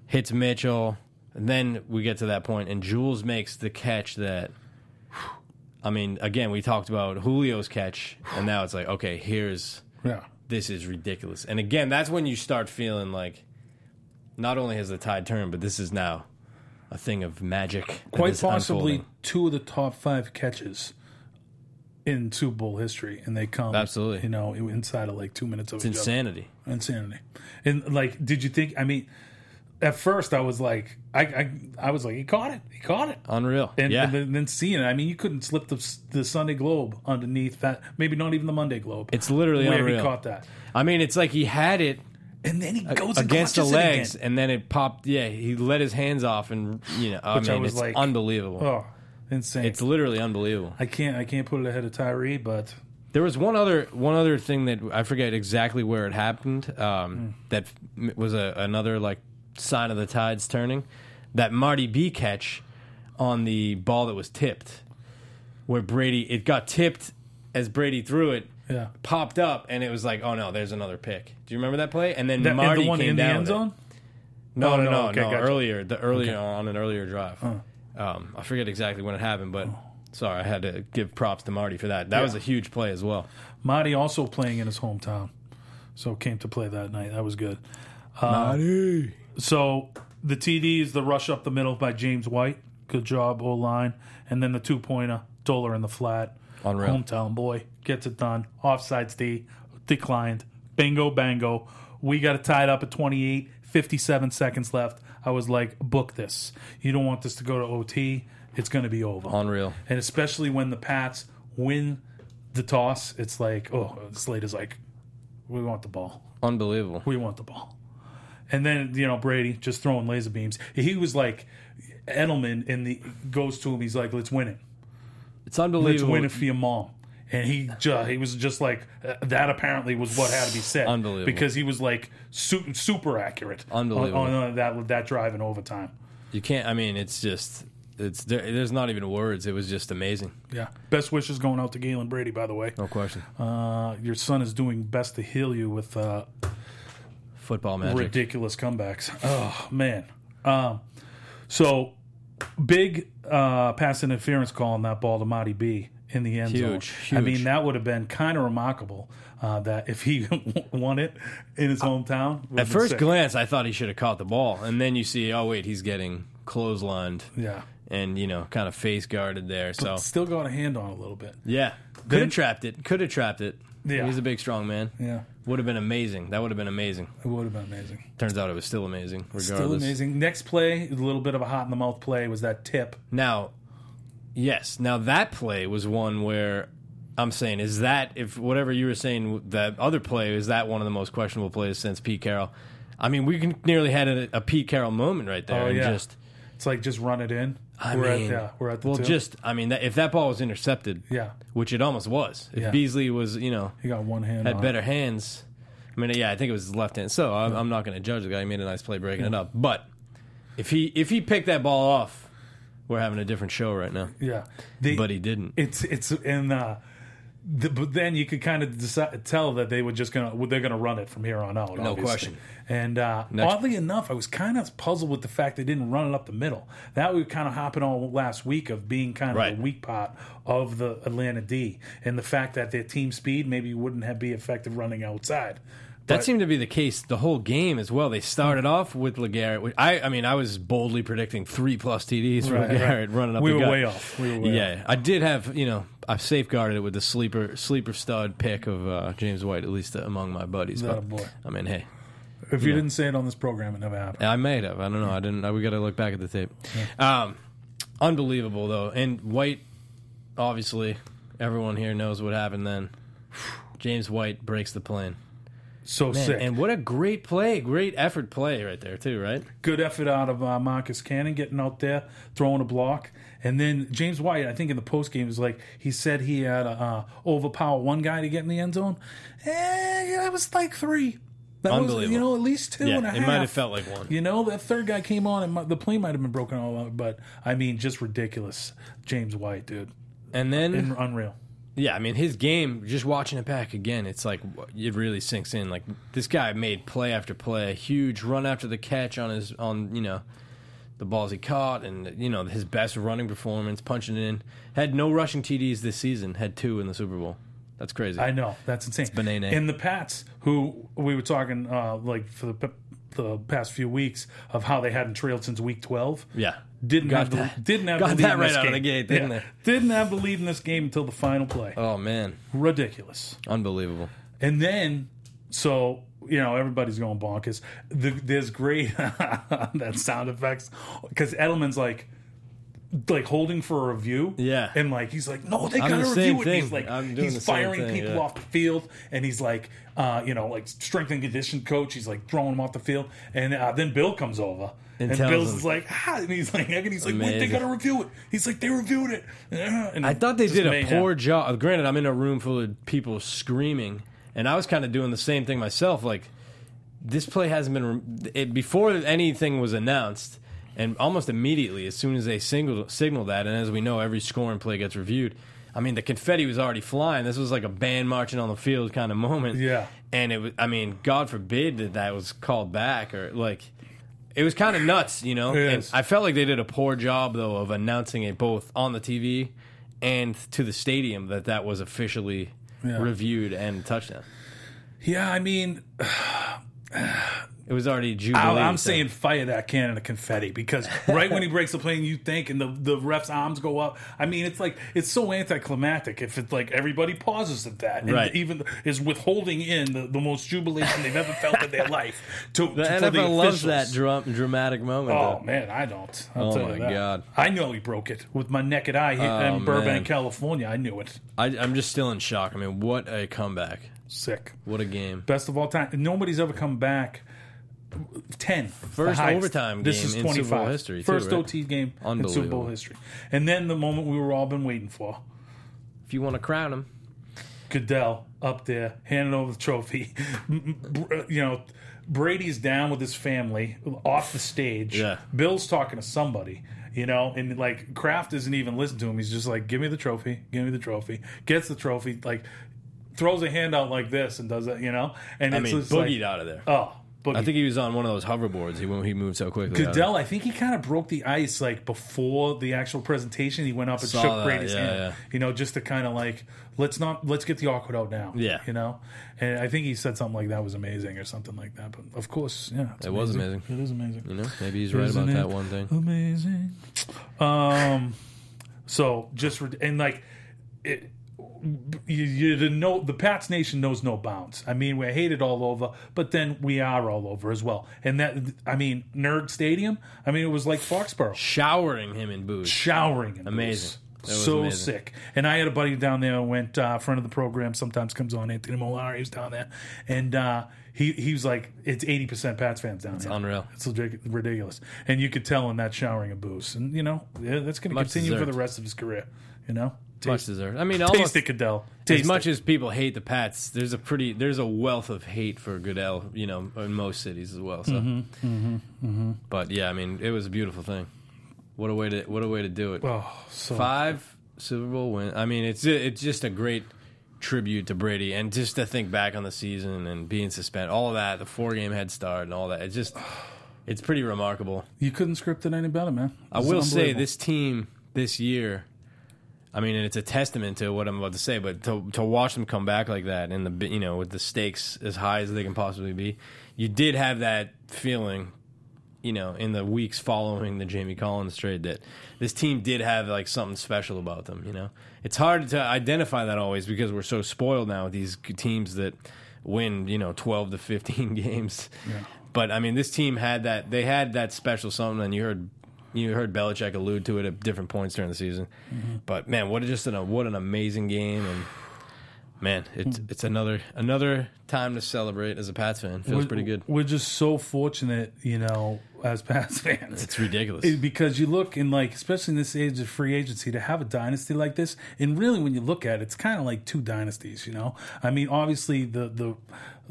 Speaker 3: hits Mitchell. And then we get to that point, and Jules makes the catch that. I mean, again, we talked about Julio's catch, and now it's like, okay, here's
Speaker 1: Yeah.
Speaker 3: this is ridiculous. And again, that's when you start feeling like not only has the tide turned, but this is now a thing of magic. that
Speaker 1: Quite
Speaker 3: is
Speaker 1: possibly
Speaker 3: unfolding.
Speaker 1: two of the top five catches in Super Bowl history, and they come
Speaker 3: Absolutely.
Speaker 1: you know, inside of like two minutes of
Speaker 3: It's insanity.
Speaker 1: insanity. And like, did you think? I mean, at first I was like, I I, I was like, he caught it, he caught it.
Speaker 3: Unreal.
Speaker 1: And,
Speaker 3: yeah.
Speaker 1: and then, then seeing it, I mean, you couldn't slip the, the Sunday Globe underneath that. Maybe not even the Monday Globe.
Speaker 3: It's literally
Speaker 1: where
Speaker 3: unreal.
Speaker 1: he caught that,
Speaker 3: I mean, it's like he had it
Speaker 1: and then he goes and
Speaker 3: against the
Speaker 1: clutches it
Speaker 3: legs,
Speaker 1: again.
Speaker 3: and then it popped. Yeah, he let his hands off, and you know, I
Speaker 1: Which I
Speaker 3: mean,
Speaker 1: was
Speaker 3: it's
Speaker 1: like,
Speaker 3: unbelievable.
Speaker 1: Oh, insane!
Speaker 3: It's literally unbelievable.
Speaker 1: I can't I can't put it ahead of Tyree, but
Speaker 3: There was one other one other thing that I forget exactly where it happened.
Speaker 1: Hmm.
Speaker 3: Um, That m- was a, another like sign of the tides turning. That Marty B catch on the ball that was tipped, where Brady it got tipped as Brady threw it,
Speaker 1: yeah.
Speaker 3: popped up, and it was like, oh no, there's another pick. Do you remember that play? And then
Speaker 1: That, and
Speaker 3: Marty
Speaker 1: the one
Speaker 3: came
Speaker 1: in the
Speaker 3: down
Speaker 1: end
Speaker 3: with it.
Speaker 1: zone.
Speaker 3: No,
Speaker 1: Oh,
Speaker 3: no,
Speaker 1: no,
Speaker 3: no, no,
Speaker 1: okay, Oh. gotcha.
Speaker 3: Earlier, the earlier on an earlier drive. Um, I forget exactly when it happened,
Speaker 1: Oh.
Speaker 3: but sorry, I had to give props to Marty for that. That was a huge play as well.
Speaker 1: Marty also playing in his hometown, so came to play that night. That was good. Uh,
Speaker 3: Marty.
Speaker 1: So the TD is the rush up the middle by James White. Good job, O line. And then the two pointer, Dollar in the flat.
Speaker 3: Unreal.
Speaker 1: Hometown boy gets it done. Offsides D declined. Bingo, bango. We got it tied up at 28, 57 seconds left. I was like, book this. You don't want this to go to OT. It's going to be over.
Speaker 3: Unreal.
Speaker 1: And especially when the Pats win the toss, it's like, oh, Slater's like, we want the ball.
Speaker 3: Unbelievable.
Speaker 1: We want the ball. And then, you know, Brady just throwing laser beams. He was like Edelman and the goes to him, he's like, Let's win it.
Speaker 3: It's
Speaker 1: Let's
Speaker 3: unbelievable.
Speaker 1: win it for your mom. And he ju- he was just like uh, that. Apparently, was what had to be said.
Speaker 3: Unbelievable.
Speaker 1: because he was like su- super accurate. on-
Speaker 3: Unbelievable.
Speaker 1: on, uh, that that drive in overtime.
Speaker 3: you can't. I mean, it's just. It's there, there's not even words. It was just amazing.
Speaker 1: Yeah, best wishes going out to Galen Brady. By the way,
Speaker 3: No question.
Speaker 1: uh, your son is doing best to heal you with uh,
Speaker 3: Football magic.
Speaker 1: ridiculous comebacks. Oh man. Um, so big uh, pass interference call on that ball to Marty B in the end
Speaker 3: Huge,
Speaker 1: zone. I
Speaker 3: huge.
Speaker 1: mean, that would have been kind of remarkable uh, that if he won it in his hometown.
Speaker 3: At first glance, I thought he should have caught the ball, and then you see, oh wait, he's getting clotheslined
Speaker 1: yeah,
Speaker 3: and you know, kind of face guarded there. So
Speaker 1: still got a hand on a little bit.
Speaker 3: yeah, could have trapped it. Could have trapped it.
Speaker 1: Yeah.
Speaker 3: He's a big, strong man.
Speaker 1: Yeah,
Speaker 3: Would have been amazing. That would have been amazing.
Speaker 1: it would have been amazing.
Speaker 3: Turns out it was still amazing. Regardless.
Speaker 1: Still amazing. Next play, a little bit of a hot in the mouth play was that tip.
Speaker 3: Now, yes. Now that play was one where I'm saying is that if whatever you were saying that other play is that one of the most questionable plays since Pete Carroll. I mean, we can- nearly had a, a Pete Carroll moment right there,
Speaker 1: Oh,
Speaker 3: and
Speaker 1: yeah.
Speaker 3: just
Speaker 1: It's like just run it in.
Speaker 3: I
Speaker 1: we're
Speaker 3: mean,
Speaker 1: at, yeah, we're at the
Speaker 3: well,
Speaker 1: two.
Speaker 3: just I mean, that, if that ball was intercepted,
Speaker 1: yeah,
Speaker 3: which it almost was, if
Speaker 1: Yeah.
Speaker 3: Beasley was, you know,
Speaker 1: he got one hand.
Speaker 3: had
Speaker 1: on it.
Speaker 3: better hands. I mean, yeah, I think it was his left hand. So I'm, I'm not going to judge the guy. He made a nice play breaking it up, but if he if he picked that ball off, we're having a different show right now.
Speaker 1: Yeah, The-
Speaker 3: But he didn't.
Speaker 1: it's it's in uh the, but then you could kind of decide, tell that they were just gonna well, they're gonna run it from here on out. No
Speaker 3: question.
Speaker 1: And uh,
Speaker 3: Next-
Speaker 1: oddly enough, I was kind of puzzled with the fact they didn't run it up the middle. That we were kind of hopping on last week of being kind of
Speaker 3: Right.
Speaker 1: the weak part of the Atlanta D, and the fact that their team speed maybe wouldn't have be effective running outside.
Speaker 3: That seemed to be the case the whole game as well. They started off with Legarrette. which- I, I mean, I was boldly predicting three plus TDs for
Speaker 1: Right,
Speaker 3: Legarrette
Speaker 1: right.
Speaker 3: running up.
Speaker 1: We
Speaker 3: the
Speaker 1: were
Speaker 3: gut.
Speaker 1: way off. We were way
Speaker 3: yeah, I did have you know I safeguarded it with the sleeper sleeper stud pick of uh, James White at least among my buddies.
Speaker 1: That a
Speaker 3: but,
Speaker 1: boy.
Speaker 3: I mean, hey,
Speaker 1: If you didn't say it on this program, it never happened.
Speaker 3: I may have. I don't know. I didn't. I, we got to look back at the tape. Um, unbelievable though, and White. Obviously, everyone here knows what happened then. James White breaks the plane.
Speaker 1: So
Speaker 3: Man,
Speaker 1: sick.
Speaker 3: and what a great play, great effort play right there too, right?
Speaker 1: good effort out of uh, Marcus Cannon getting out there, throwing a block. And then James White, I think in the post game, is like he said he had to uh, overpower one guy to get in the end zone. Eh, that was like three. That was,
Speaker 3: Unbelievable.
Speaker 1: you know, at least two
Speaker 3: Yeah,
Speaker 1: and a half.
Speaker 3: it might have felt like one.
Speaker 1: You know, that third guy came on and mi- the play might have been broken all out, but I mean, just ridiculous. James White, dude.
Speaker 3: And then
Speaker 1: And unreal.
Speaker 3: Yeah, I mean his game. Just watching it back again, it's like it really sinks in. Like this guy made play after play, huge run after the catch on his on you know the balls he caught, and you know his best running performance, punching in. Had no rushing TDs this season. Had two in the Super Bowl. That's crazy.
Speaker 1: I know that's insane.
Speaker 3: banana.
Speaker 1: And the Pats, who we were talking uh, like for the, p- the past few weeks of how they hadn't trailed since week twelve.
Speaker 3: yeah,
Speaker 1: Didn't
Speaker 3: Got
Speaker 1: have the,
Speaker 3: that.
Speaker 1: didn't have
Speaker 3: Got
Speaker 1: the lead
Speaker 3: that
Speaker 1: in
Speaker 3: right
Speaker 1: this
Speaker 3: out
Speaker 1: game.
Speaker 3: of the gate, didn't
Speaker 1: Didn't have the lead in this game until the final play.
Speaker 3: Oh man,
Speaker 1: Ridiculous.
Speaker 3: unbelievable.
Speaker 1: And then, so you know, everybody's going bonkers. The, there's great that sound effects because Edelman's like, like holding for a review.
Speaker 3: Yeah.
Speaker 1: and like he's like, no, they
Speaker 3: I'm
Speaker 1: gotta
Speaker 3: the
Speaker 1: review
Speaker 3: same
Speaker 1: it.
Speaker 3: thing.
Speaker 1: He's like,
Speaker 3: I'm doing the
Speaker 1: he's
Speaker 3: same
Speaker 1: firing
Speaker 3: thing,
Speaker 1: people
Speaker 3: yeah.
Speaker 1: off the field, and he's like, uh, you know, like strength and condition coach. He's like throwing him off the field, and uh, then Bill comes over. And,
Speaker 3: tells
Speaker 1: Bill's
Speaker 3: him.
Speaker 1: is like, ah, and he's like, and he's like, wait, they
Speaker 3: Amazing.
Speaker 1: gotta review it. He's like, they reviewed it. And
Speaker 3: I thought they
Speaker 1: just
Speaker 3: did a
Speaker 1: mayhem.
Speaker 3: poor job. Uh, Granted, I'm in a room full of people screaming, and I was kind of doing the same thing myself. Like this play hasn't been re- it, before anything was announced, and almost immediately, as soon as they signaled, signaled that, and as we know, every scoring play gets reviewed. I mean, the confetti was already flying. This was like a band marching on the field kind of moment.
Speaker 1: Yeah.
Speaker 3: and it was. I mean, God forbid that that was called back or like. It was kind of nuts, you know.
Speaker 1: It
Speaker 3: And
Speaker 1: is.
Speaker 3: I felt like they did a poor job though of announcing it both on the TV and to the stadium that that was officially reviewed and touchdown.
Speaker 1: Yeah, I mean,
Speaker 3: It was already jubilee.
Speaker 1: I, I'm
Speaker 3: so-
Speaker 1: saying fire that cannon of confetti because right when he breaks the plane, you think, and the, the ref's arms go up. I mean, it's like it's so anticlimactic if it's like everybody pauses at that, and
Speaker 3: Right.
Speaker 1: Even is withholding in the, the most jubilation they've ever felt in their life. To,
Speaker 3: the
Speaker 1: to,
Speaker 3: NFL
Speaker 1: for the
Speaker 3: loves
Speaker 1: officials.
Speaker 3: that drum, dramatic moment.
Speaker 1: Oh
Speaker 3: though.
Speaker 1: man, I don't. I'll
Speaker 3: Oh,
Speaker 1: tell
Speaker 3: my
Speaker 1: you that.
Speaker 3: God.
Speaker 1: I know he broke it with my naked eye hit
Speaker 3: Oh,
Speaker 1: in Burbank,
Speaker 3: man.
Speaker 1: California. I knew it.
Speaker 3: I, I'm just still in shock. I mean, what a comeback!
Speaker 1: Sick,
Speaker 3: What a game!
Speaker 1: best of all time. Nobody's ever come back. Ten
Speaker 3: First
Speaker 1: the highest.
Speaker 3: overtime
Speaker 1: This
Speaker 3: game
Speaker 1: is
Speaker 3: in Super Bowl history, too,
Speaker 1: First
Speaker 3: right?
Speaker 1: OT game in Super
Speaker 3: Unbelievable.
Speaker 1: Bowl history, and then the moment we were all been waiting for.
Speaker 3: If you want to crown him,
Speaker 1: Goodell up there handing over the trophy. Br- you know, Brady's down with his family off the stage.
Speaker 3: Yeah.
Speaker 1: Bill's talking to somebody. You know, and like Kraft isn't even listening to him. He's just like, "Give me the trophy, give me the trophy." Gets the trophy, like throws a hand out like this and does that. You know, and
Speaker 3: I
Speaker 1: it's
Speaker 3: mean,
Speaker 1: just like,
Speaker 3: boogied out of there.
Speaker 1: Oh, boogie.
Speaker 3: I think he was on one of those hoverboards. He when he moved so quickly. out of
Speaker 1: Goodell, I think he kind of broke the ice like before the actual presentation. He went up and
Speaker 3: Saw
Speaker 1: shook
Speaker 3: that,
Speaker 1: Brady's
Speaker 3: yeah,
Speaker 1: hand,
Speaker 3: yeah.
Speaker 1: you know, just to kind of like let's not let's get the awkward out now.
Speaker 3: Yeah.
Speaker 1: you know, and I think he said something like that was amazing or something like that. But of course, yeah, it's
Speaker 3: It was
Speaker 1: It is amazing.
Speaker 3: You know, maybe he's right about
Speaker 1: Isn't
Speaker 3: that
Speaker 1: it
Speaker 3: one thing.
Speaker 1: Amazing. Um, so just rid- and like it. You, you didn't know the Pats Nation knows no bounds. I mean, we're hated all over, but then we are all over as well. And that, I mean, Nerd Stadium. I mean, it was like Foxborough,
Speaker 3: Showering him in booze.
Speaker 1: showering. In
Speaker 3: Amazing.
Speaker 1: booze.
Speaker 3: That was
Speaker 1: so
Speaker 3: amazing.
Speaker 1: sick. And I had a buddy down there who went uh, friend of the program. Sometimes comes on Anthony Molari. He was down there, and uh, he he was like, it's eighty percent Pats fans down there.
Speaker 3: Unreal.
Speaker 1: It's ridic- ridiculous. And you could tell in that showering of booze. And, you know, yeah, that's going to
Speaker 3: Much
Speaker 1: continue for
Speaker 3: deserved.
Speaker 1: the rest of his career. You know?
Speaker 3: Much
Speaker 1: Taste,
Speaker 3: deserved. I mean,
Speaker 1: taste
Speaker 3: almost
Speaker 1: it, Goodell. Taste
Speaker 3: as much
Speaker 1: it.
Speaker 3: as people hate the Pats, there's a pretty there's a wealth of hate for Goodell, you know, in most cities as well. So,
Speaker 1: Mm-hmm,
Speaker 3: but yeah, I mean, it was a beautiful thing. What a way to what a way to do it.
Speaker 1: Oh, so.
Speaker 3: Five Super Bowl win. I mean, it's it's just a great tribute to Brady, and just to think back on the season and being suspended, all that, the four game head start, and all that. It's just it's pretty remarkable.
Speaker 1: You couldn't script it any better, man.
Speaker 3: I will say this team this year. I mean, and it's a testament to what I'm about to say, but to to watch them come back like that and the bi- you know with the stakes as high as they can possibly be, you did have that feeling, you know, in the weeks following the Jamie Collins trade that this team did have like something special about them. You know, it's hard to identify that always because we're so spoiled now with these teams that win you know 12 to 15 games. But I mean, this team had that they had that special something, and you heard you heard Belichick allude to it at different points during the season, but man, what a- just an what an amazing game! And Man, it's it's another another time to celebrate as a Pats fan. Feels
Speaker 1: We're-
Speaker 3: pretty good.
Speaker 1: We're just so fortunate, you know, as Pats fans.
Speaker 3: It's ridiculous.
Speaker 1: It- because you look in like, especially in this age of free agency, to have a dynasty like this, and really when you look at it, it's kind of like two dynasties. You know, I mean, obviously the the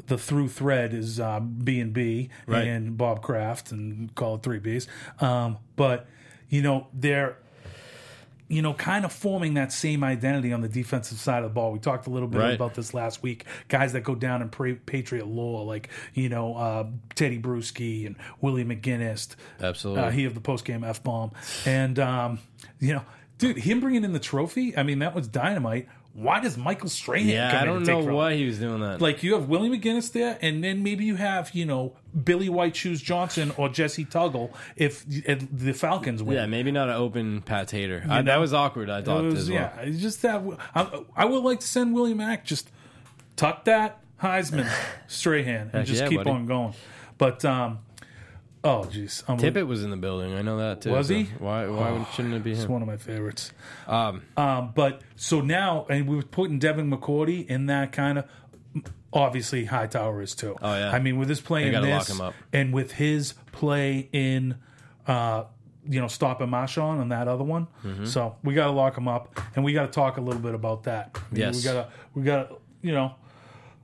Speaker 1: the through thread is uh, B and B
Speaker 3: Right.
Speaker 1: and Bob Kraft and call it three Bs, um, but you know they're you know, kind of forming that same identity on the defensive side of the ball. We talked a little bit
Speaker 3: Right.
Speaker 1: about this last week. Guys that go down in pra- Patriot law, like, you know, uh, Teddy Bruschi and Willie McGinnis.
Speaker 3: Absolutely.
Speaker 1: Uh, he of the postgame F bomb. And, um, you know, dude, him bringing in the trophy, I mean, that was dynamite. Why does Michael Strahan come
Speaker 3: yeah, I
Speaker 1: in
Speaker 3: don't
Speaker 1: and take
Speaker 3: know
Speaker 1: from-
Speaker 3: why he was doing that.
Speaker 1: Like, you have Willie McGinnis there, and then maybe you have, you know, Billy White Shoes Johnson or Jesse Tuggle if, if the Falcons win.
Speaker 3: yeah, maybe not an open Pats hater. I, that was awkward. I thought
Speaker 1: It was-
Speaker 3: as well.
Speaker 1: Yeah, it's just that. I, I would like to send Willie Mack just tuck that Heisman Strahan and just
Speaker 3: yeah,
Speaker 1: keep
Speaker 3: buddy.
Speaker 1: on going. But um, oh jeez, I'm
Speaker 3: Tippett was in the building. I know that too.
Speaker 1: Was he?
Speaker 3: Why? Why would shouldn't it be
Speaker 1: It's
Speaker 3: him?
Speaker 1: one of my favorites. Um, but so now, and we were putting Devin McCourty in that kind of. Obviously, Hightower is too.
Speaker 3: Oh, yeah.
Speaker 1: I mean, with his play in
Speaker 3: gotta lock
Speaker 1: this,
Speaker 3: him up.
Speaker 1: and with his play in, uh, you know, stopping Marshawn on that other one.
Speaker 3: Mm-hmm.
Speaker 1: So we got to lock him up, and we got to talk a little bit about that. I mean,
Speaker 3: Yes.
Speaker 1: we got to we got to you know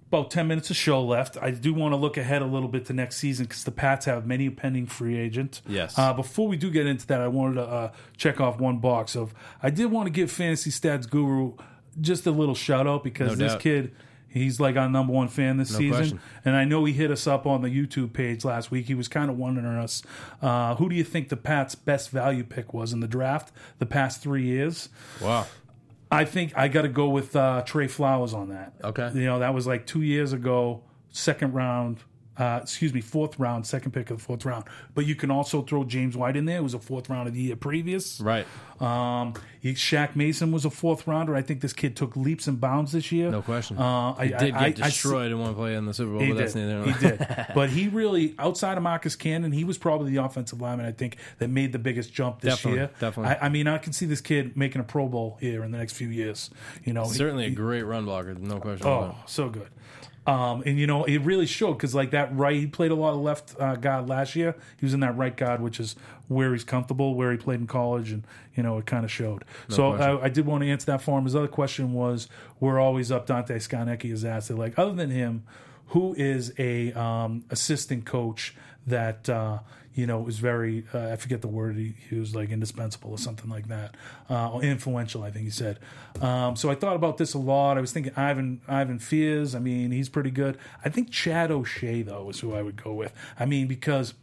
Speaker 1: about 10 minutes of show left. I do want to look ahead a little bit to next season because the Pats have many pending free agents.
Speaker 3: Yes.
Speaker 1: Uh, before we do get into that, I wanted to uh, check off one box of. I did want to give Fantasy Stats Guru just a little shout out because
Speaker 3: No
Speaker 1: this
Speaker 3: doubt.
Speaker 1: kid, he's like our number one fan this season.
Speaker 3: question.
Speaker 1: And I know he hit us up on the YouTube page last week. He was kind of wondering us, uh, who do you think the Pats' best value pick was in the draft the past three years?
Speaker 3: Wow.
Speaker 1: I think I got to go with uh, Trey Flowers on that.
Speaker 3: Okay.
Speaker 1: You know, that was like two years ago, second round, uh, excuse me, fourth round, second pick of the fourth round. But you can also throw James White in there, who was a fourth round of the year previous.
Speaker 3: Right.
Speaker 1: Um, he- Shaq Mason was a fourth rounder. I think this kid took leaps and bounds this year.
Speaker 3: No question.
Speaker 1: Uh, I,
Speaker 3: did
Speaker 1: I,
Speaker 3: get
Speaker 1: I- I-
Speaker 3: destroyed in one play in the Super Bowl,
Speaker 1: he
Speaker 3: but that's
Speaker 1: did.
Speaker 3: neither.
Speaker 1: He did. But he really, outside of Marcus Cannon, he was probably the offensive lineman, I think, that made the biggest jump this
Speaker 3: Definitely,
Speaker 1: year.
Speaker 3: definitely.
Speaker 1: I, I mean, I can see this kid making a Pro Bowl here in the next few years. You know, he-
Speaker 3: Certainly a great run blocker. No question.
Speaker 1: Oh,
Speaker 3: about
Speaker 1: so good. Um, and you know, it really showed because like that right, he played a lot of left uh, guard last year. He was in that right guard, which is where he's comfortable, where he played in college, and you know, it kind of showed. so uh, I, I did want to answer that for him. His other question was, we're always up. Dante Scarnecchi is asked, they're like, other than him, who is a um, assistant coach that uh, you know is very uh, I forget the word he, he was like indispensable or something like that uh, or influential I think he said. Um, so I thought about this a lot. I was thinking Ivan Ivan Fears. I mean he's pretty good. I think Chad O'Shea though is who I would go with. I mean because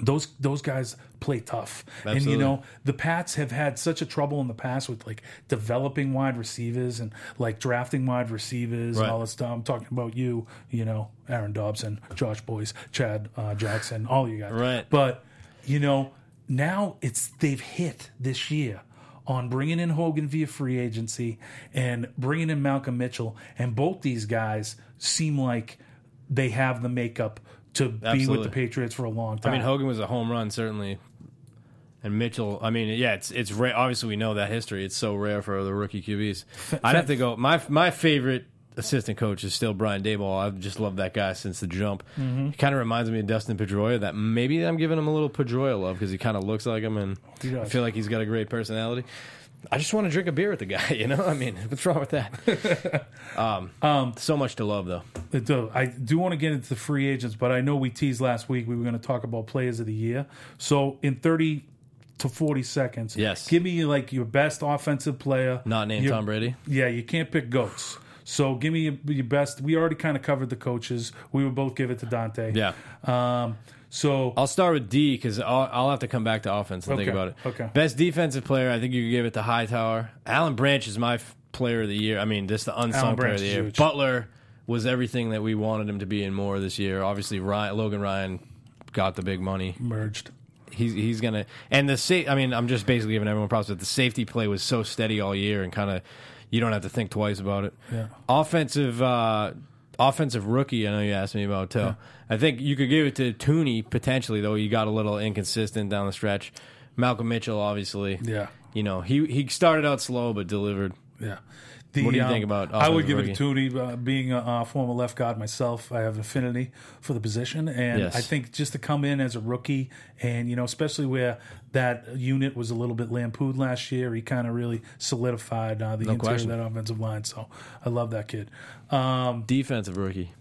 Speaker 1: those those guys play tough, and you
Speaker 3: Absolutely.
Speaker 1: know the Pats have had such a trouble in the past with like developing wide receivers and like drafting wide receivers
Speaker 3: Right.
Speaker 1: and all this stuff. I'm talking about you, you know, Aaron Dobson, Josh Boyce, Chad uh, Jackson, all you guys.
Speaker 3: Right.
Speaker 1: But you know now it's they've hit this year on bringing in Hogan via free agency and bringing in Malcolm Mitchell, and both these guys seem like they have the makeup. To be with the
Speaker 3: Absolutely.
Speaker 1: Patriots for a long
Speaker 3: it.
Speaker 1: time.
Speaker 3: I mean, Hogan was a home run certainly, and Mitchell. I mean, yeah, it's it's rare. Obviously, we know that history. It's so rare for the rookie QBs. I'd have to go. My my favorite assistant coach is still Brian Dayball. I've just loved that guy since the jump.
Speaker 1: Mm-hmm.
Speaker 3: He kind of reminds me of Dustin Pedroia. That maybe I'm giving him a little Pedroia love because he kind of looks like him, and
Speaker 1: He does.
Speaker 3: I feel like he's got a great personality. I just want to drink a beer with the guy. You know, I mean, what's wrong with that? um, so much to love though.
Speaker 1: It do- Uh, I do want to get into the free agents, but I know we teased last week we were going to talk about players of the year. So in 30 to 40 seconds,
Speaker 3: Yes.
Speaker 1: give me like your best offensive player.
Speaker 3: Not named
Speaker 1: your-
Speaker 3: Tom Brady.
Speaker 1: Yeah, you can't pick goats. So give me your, your best. We already kind of covered the coaches. We would both give it to Dante.
Speaker 3: Yeah.
Speaker 1: Um, so
Speaker 3: I'll start with D because I'll, I'll have to come back to offense and
Speaker 1: Okay,
Speaker 3: think about it.
Speaker 1: okay.
Speaker 3: Best defensive player, I think you could give it to Hightower. Allen Branch is my f- player of the year. I mean, this the
Speaker 1: Allen
Speaker 3: unsung player
Speaker 1: Branch
Speaker 3: of the
Speaker 1: is
Speaker 3: year.
Speaker 1: huge.
Speaker 3: Butler was everything that we wanted him to be and more this year. Obviously, Ryan, Logan Ryan got the big money.
Speaker 1: merged.
Speaker 3: He's he's gonna and the sa- I mean, I'm just basically giving everyone props, but the safety play was so steady all year and kind of you don't have to think twice about it.
Speaker 1: Yeah.
Speaker 3: Offensive uh, offensive rookie. I know you asked me about too. I think you could give it to Tooney potentially, though. He got a little inconsistent down the stretch. Malcolm Mitchell, obviously.
Speaker 1: Yeah.
Speaker 3: You know he he started out slow but delivered.
Speaker 1: Yeah. The, um,
Speaker 3: What do you think about uh,
Speaker 1: I would
Speaker 3: offensive
Speaker 1: give it
Speaker 3: rookie?
Speaker 1: to Tooney. Uh, being a, uh former left guard myself, I have affinity for the position, and
Speaker 3: Yes.
Speaker 1: I think just to come in as a rookie, and you know, especially where that unit was a little bit lampooned last year, he kind of really solidified uh, the interior
Speaker 3: question.
Speaker 1: of that offensive line. So I love that kid. Um,
Speaker 3: Defensive rookie.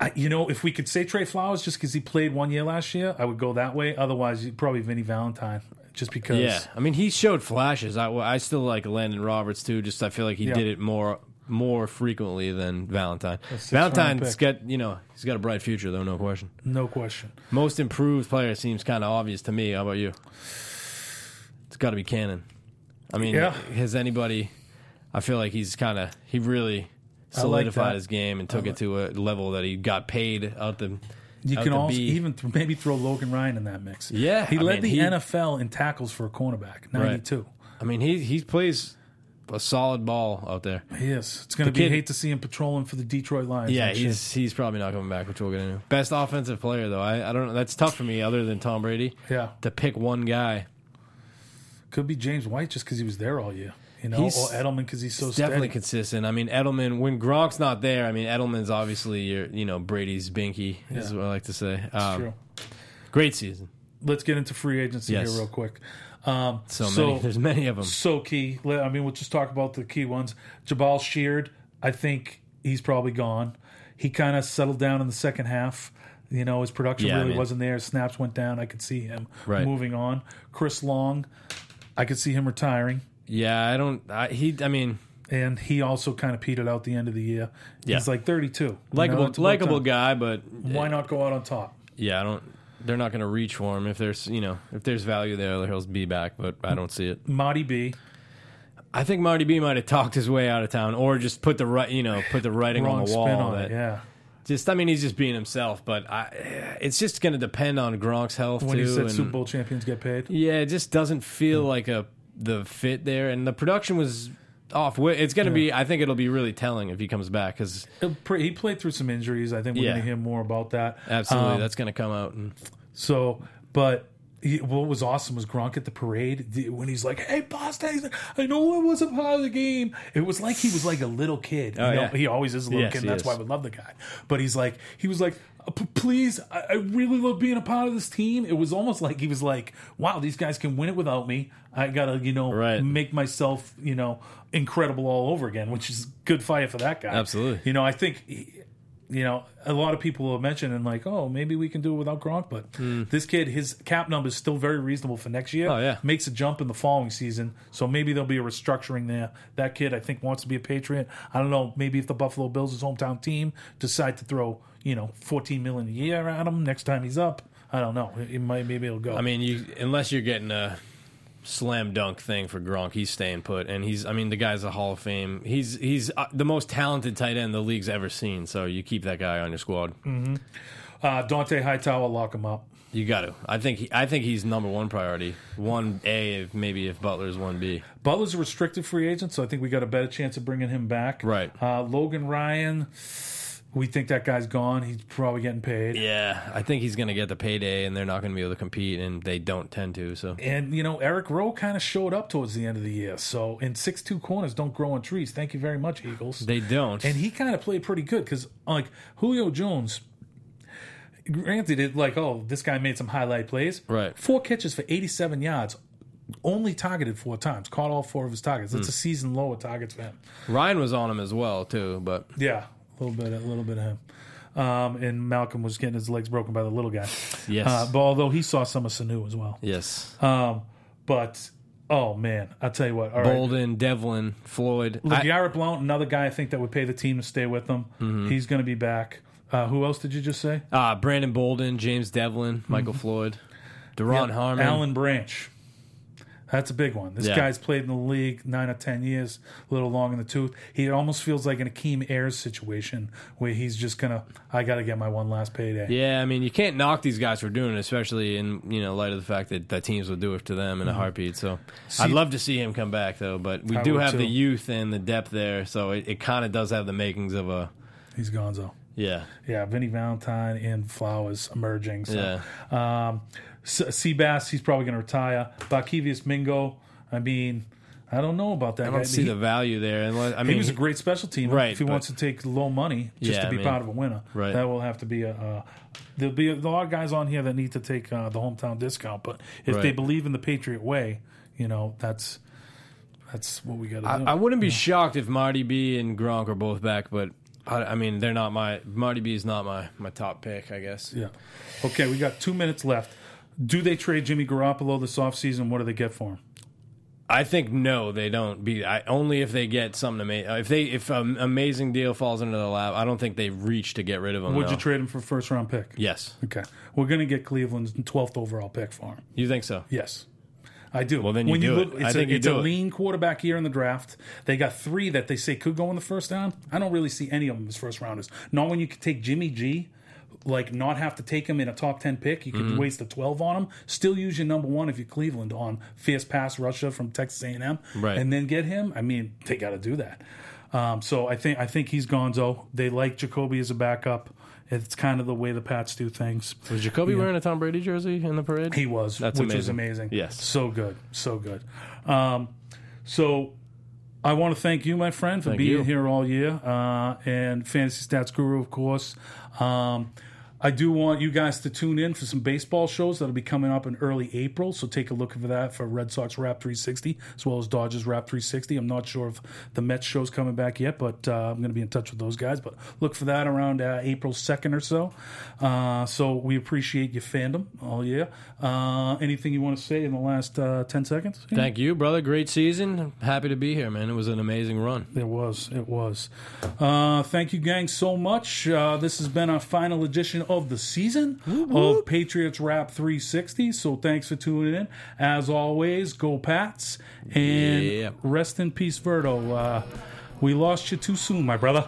Speaker 1: I, you know, if we could say Trey Flowers just because he played one year last year, I would go that way. Otherwise, you probably Vinny Valentine, just because.
Speaker 3: Yeah, I mean he showed flashes. I, I still like Landon Roberts too. Just I feel like he
Speaker 1: Yeah.
Speaker 3: did it more more frequently than Valentine.
Speaker 1: six-round
Speaker 3: Valentine's
Speaker 1: pick.
Speaker 3: got you know he's got a bright future though, no question.
Speaker 1: no question.
Speaker 3: Most improved player seems kind of obvious to me. How about you? It's got to be Cannon. I mean,
Speaker 1: Yeah.
Speaker 3: has anybody? I feel like he's kind of he really solidified
Speaker 1: that.
Speaker 3: his game and took it to a level that he got paid out the.
Speaker 1: You
Speaker 3: out
Speaker 1: can
Speaker 3: the
Speaker 1: also
Speaker 3: B.
Speaker 1: even th- maybe throw Logan Ryan in that mix.
Speaker 3: Yeah,
Speaker 1: he
Speaker 3: I
Speaker 1: led
Speaker 3: mean,
Speaker 1: the
Speaker 3: he-
Speaker 1: NFL in tackles for a cornerback, ninety-two.
Speaker 3: I mean, he he plays a solid ball out there.
Speaker 1: He is. It's going to
Speaker 3: The
Speaker 1: be
Speaker 3: kid-
Speaker 1: hate to see him patrolling for the Detroit Lions.
Speaker 3: Yeah,
Speaker 1: and shit.
Speaker 3: he's he's probably not coming back, which we'll get into. Best offensive player though, I, I don't know. That's tough for me, other than Tom Brady,
Speaker 1: yeah.
Speaker 3: to pick one guy.
Speaker 1: Could be James White just because he was there all year, you know,
Speaker 3: He's-
Speaker 1: or Edelman because he's so
Speaker 3: It's definitely
Speaker 1: steady.
Speaker 3: consistent. I mean, Edelman when Gronk's not there, I mean Edelman's obviously your you know Brady's binky is
Speaker 1: Yeah.
Speaker 3: what I like to say. Um,
Speaker 1: True.
Speaker 3: Great season,
Speaker 1: Let's get into free agency
Speaker 3: Yes.
Speaker 1: here real quick. Um,
Speaker 3: so, many. There's many of them.
Speaker 1: so key. Le- I mean, we'll just talk about the key ones. Jabal Sheard, I think he's probably gone. He kind of settled down in the second half. You know, his production
Speaker 3: Yeah, I
Speaker 1: really
Speaker 3: mean-
Speaker 1: wasn't there. Snaps went down. I could see him
Speaker 3: Right.
Speaker 1: moving on. Chris Long, I could see him retiring.
Speaker 3: Yeah, I don't. I, he, I mean,
Speaker 1: And he also kind of petered out the end of the year.
Speaker 3: Yeah.
Speaker 1: He's like 32. you know,
Speaker 3: likable
Speaker 1: it's about
Speaker 3: likable
Speaker 1: time.
Speaker 3: guy, but
Speaker 1: Why not go out on top?
Speaker 3: yeah, I don't. They're not going to reach for him if there's you know if there's value there, he'll be back, but I don't see it.
Speaker 1: Marty B.
Speaker 3: I think Marty B might have talked his way out of town, or just put the right, you know, put the writing
Speaker 1: Wrong
Speaker 3: on the wall.
Speaker 1: spin on
Speaker 3: that
Speaker 1: it. Yeah.
Speaker 3: Just, I mean, he's just being himself. But I, it's just going to depend on Gronk's health
Speaker 1: When
Speaker 3: too.
Speaker 1: he said
Speaker 3: and-
Speaker 1: Super Bowl Hmm. champions get paid.
Speaker 3: yeah, it just doesn't feel like a the fit there, and the production was off. Wi- It's going to be. I think it'll be really telling if he comes back because
Speaker 1: He'll pre- He played through some injuries. I think we're
Speaker 3: Yeah.
Speaker 1: going to hear more about that.
Speaker 3: absolutely
Speaker 1: Um,
Speaker 3: that's going to come out. And
Speaker 1: So, but he, what was awesome was Gronk at the parade the- when he's like, "Hey, Boston, he's like, I know I wasn't part of the game." It was like he was like a little kid. You
Speaker 3: Oh,
Speaker 1: know,
Speaker 3: yeah.
Speaker 1: he always is a little
Speaker 3: Yes,
Speaker 1: kid. And
Speaker 3: he
Speaker 1: that's
Speaker 3: is.
Speaker 1: why we love the guy. But he's like, he was like. "Uh, "P- Please, I I really love being a part of this team. It was almost like he was like, "Wow, these guys can win it without me. I gotta, you know,
Speaker 3: Right.
Speaker 1: make myself, you know, incredible all over again." Which is good fire for that guy.
Speaker 3: Absolutely.
Speaker 1: You know, I think he- you know, a lot of people are mentioning like, oh, maybe we can do it without Gronk, but this kid, his cap number is still very reasonable for next year.
Speaker 3: Hmm. Oh, yeah.
Speaker 1: makes a jump in the following season, so maybe there'll be a restructuring there. That kid, I think, wants to be a Patriot. I don't know, maybe if the Buffalo Bills, his hometown team, decide to throw you know fourteen million a year at him next time he's up. I don't know. It, it might maybe it'll go.
Speaker 3: I mean, you unless you're getting a slam dunk thing for Gronk, he's staying put, and he's. I mean, the guy's a Hall of Fame. He's he's uh, the most talented tight end the league's ever seen. So you keep that guy on your squad.
Speaker 1: Mm. uh, Dante Hightower, lock him up.
Speaker 3: You got to. I think he, I think he's number one priority. One A, if maybe if Butler's one B.
Speaker 1: Butler's a restricted free agent, so I think we got a better chance of bringing him back.
Speaker 3: Right.
Speaker 1: Uh, Logan Ryan, we think that guy's gone. He's probably getting paid.
Speaker 3: Yeah, I think he's going to get the payday, and they're not going to be able to compete, and they don't tend to. So
Speaker 1: And, you know, Eric Rowe kind of showed up towards the end of the year. So, in 6 2 corners don't grow on trees. Thank you very much, Eagles.
Speaker 3: they don't.
Speaker 1: and he kind of played pretty good because, like, Julio Jones, granted, it like, oh, this guy made some highlight plays.
Speaker 3: Right.
Speaker 1: Four catches for 87 yards, only targeted four times, caught all four of his targets.
Speaker 3: Hmm.
Speaker 1: That's a season low of targets for him.
Speaker 3: Ryan was on him as well too, but
Speaker 1: Yeah, a little bit, a little bit of him. Um, and Malcolm was getting his legs broken by the little guy.
Speaker 3: yes,
Speaker 1: Uh, but although he saw some of Sanu as well.
Speaker 3: yes.
Speaker 1: Uh, But oh man, I'll tell you what. All right,
Speaker 3: Bolden, Devlin, Floyd. I-
Speaker 1: Garrett Blount, another guy I think that would pay the team to stay with them.
Speaker 3: Mm-hmm.
Speaker 1: He's going to be back. Uh, who else did you just say?
Speaker 3: Uh, Brandon Bolden, James Devlin,
Speaker 1: Mm-hmm.
Speaker 3: Michael Floyd, Deron Harmon.
Speaker 1: Alan Branch. That's a big one. This
Speaker 3: Yeah.
Speaker 1: guy's played in the league nine or ten years, a little long in the tooth. He almost feels like an Akeem Ayers situation where he's just gonna, I got to get my one last payday.
Speaker 3: Yeah, I mean, you can't knock these guys for doing it, especially in you know light of the fact that the teams would do it to them in a heartbeat. So I'd love to see him come back, though. But we
Speaker 1: Mm-hmm. I
Speaker 3: do
Speaker 1: would,
Speaker 3: have
Speaker 1: too.
Speaker 3: the youth and the depth there, so it, it kind of does have the makings of a
Speaker 1: He's Gonzo.
Speaker 3: yeah,
Speaker 1: Yeah, Vinny Valentine and Flowers emerging. So.
Speaker 3: yeah.
Speaker 1: Um, S- Seabass, he's probably going to retire. Bakivius Mingo, I mean, I don't know about that.
Speaker 3: I don't see
Speaker 1: he,
Speaker 3: the value there. Unless, I mean,
Speaker 1: he was a great special team.
Speaker 3: Right,
Speaker 1: If he
Speaker 3: but-
Speaker 1: wants to take low money just
Speaker 3: Yeah,
Speaker 1: to
Speaker 3: I
Speaker 1: be
Speaker 3: mean-
Speaker 1: part of a winner,
Speaker 3: Right.
Speaker 1: that will have to be a. Uh, there'll be a lot of guys on here that need to take uh, the hometown discount, but if they
Speaker 3: Right.
Speaker 1: believe in the Patriot way, you know that's that's what we got to do.
Speaker 3: I, I wouldn't be shocked if Marty B and Gronk are both back, but I, I mean, they're not my Marty B is not my my top pick, I guess.
Speaker 1: yeah. Okay, we got two minutes left. Do they trade Jimmy Garoppolo this offseason? What do they get for him?
Speaker 3: I think no, they don't be I, only if they get something amazing. If they if an amazing deal falls into their lap, I don't think they reach to get rid of him.
Speaker 1: Would
Speaker 3: no.
Speaker 1: you trade him for first round pick?
Speaker 3: Yes,
Speaker 1: Okay, we're gonna get Cleveland's 12th overall pick for him.
Speaker 3: you think so?
Speaker 1: Yes. I do. Well,
Speaker 3: then you do it.
Speaker 1: It's
Speaker 3: I
Speaker 1: a-
Speaker 3: think you
Speaker 1: it's
Speaker 3: do
Speaker 1: a
Speaker 3: it.
Speaker 1: lean quarterback year in the draft. They got three that they say could go in the first round. I don't really see any of them as first rounders. Not when you could take Jimmy G, like not have to take him in a top ten pick. You could
Speaker 3: Mm-hmm.
Speaker 1: waste a twelve on him. Still use your number one if you're Cleveland on fierce pass rusher from Texas A and M,
Speaker 3: Right.
Speaker 1: And then get him. I mean, they got to do that. Um, so I think I think he's Gonzo. They like Jacoby as a backup. It's kind of the way the Pats do things.
Speaker 3: Was Jacoby wearing a Tom Brady jersey in the parade?
Speaker 1: He was,
Speaker 3: That's
Speaker 1: which was
Speaker 3: amazing.
Speaker 1: amazing.
Speaker 3: Yes.
Speaker 1: so good, so good. Um, so I want to thank you, my friend, for
Speaker 3: Thank
Speaker 1: being
Speaker 3: you.
Speaker 1: here all year, uh, and Fantasy Stats Guru, of course. Um, I do want you guys to tune in for some baseball shows that'll be coming up in early April. So take a look for that for Red Sox Rap 360 as well as Dodgers Rap 360. I'm not sure if the Mets show's coming back yet, but uh, I'm going to be in touch with those guys. But look for that around uh, April 2nd or so. Uh, so we appreciate your fandom all year. Uh, anything you want to say in the last uh, 10 seconds?
Speaker 3: Thank you, brother. Great season. Happy to be here, man. It was an amazing run.
Speaker 1: It was. It was. Uh, thank you, gang, so much. Uh, this has been our final edition of the season of Patriots Rap 360. So thanks for tuning in. As always, go Pats and
Speaker 3: Yeah.
Speaker 1: rest in peace, Verto. Uh, we lost you too soon, my brother.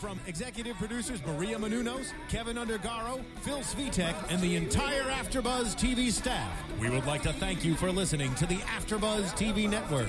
Speaker 2: From executive producers Maria Manunos, Kevin Undergaro, Phil Svitek, and the entire AfterBuzz TV staff, we would like to thank you for listening to the AfterBuzz TV network.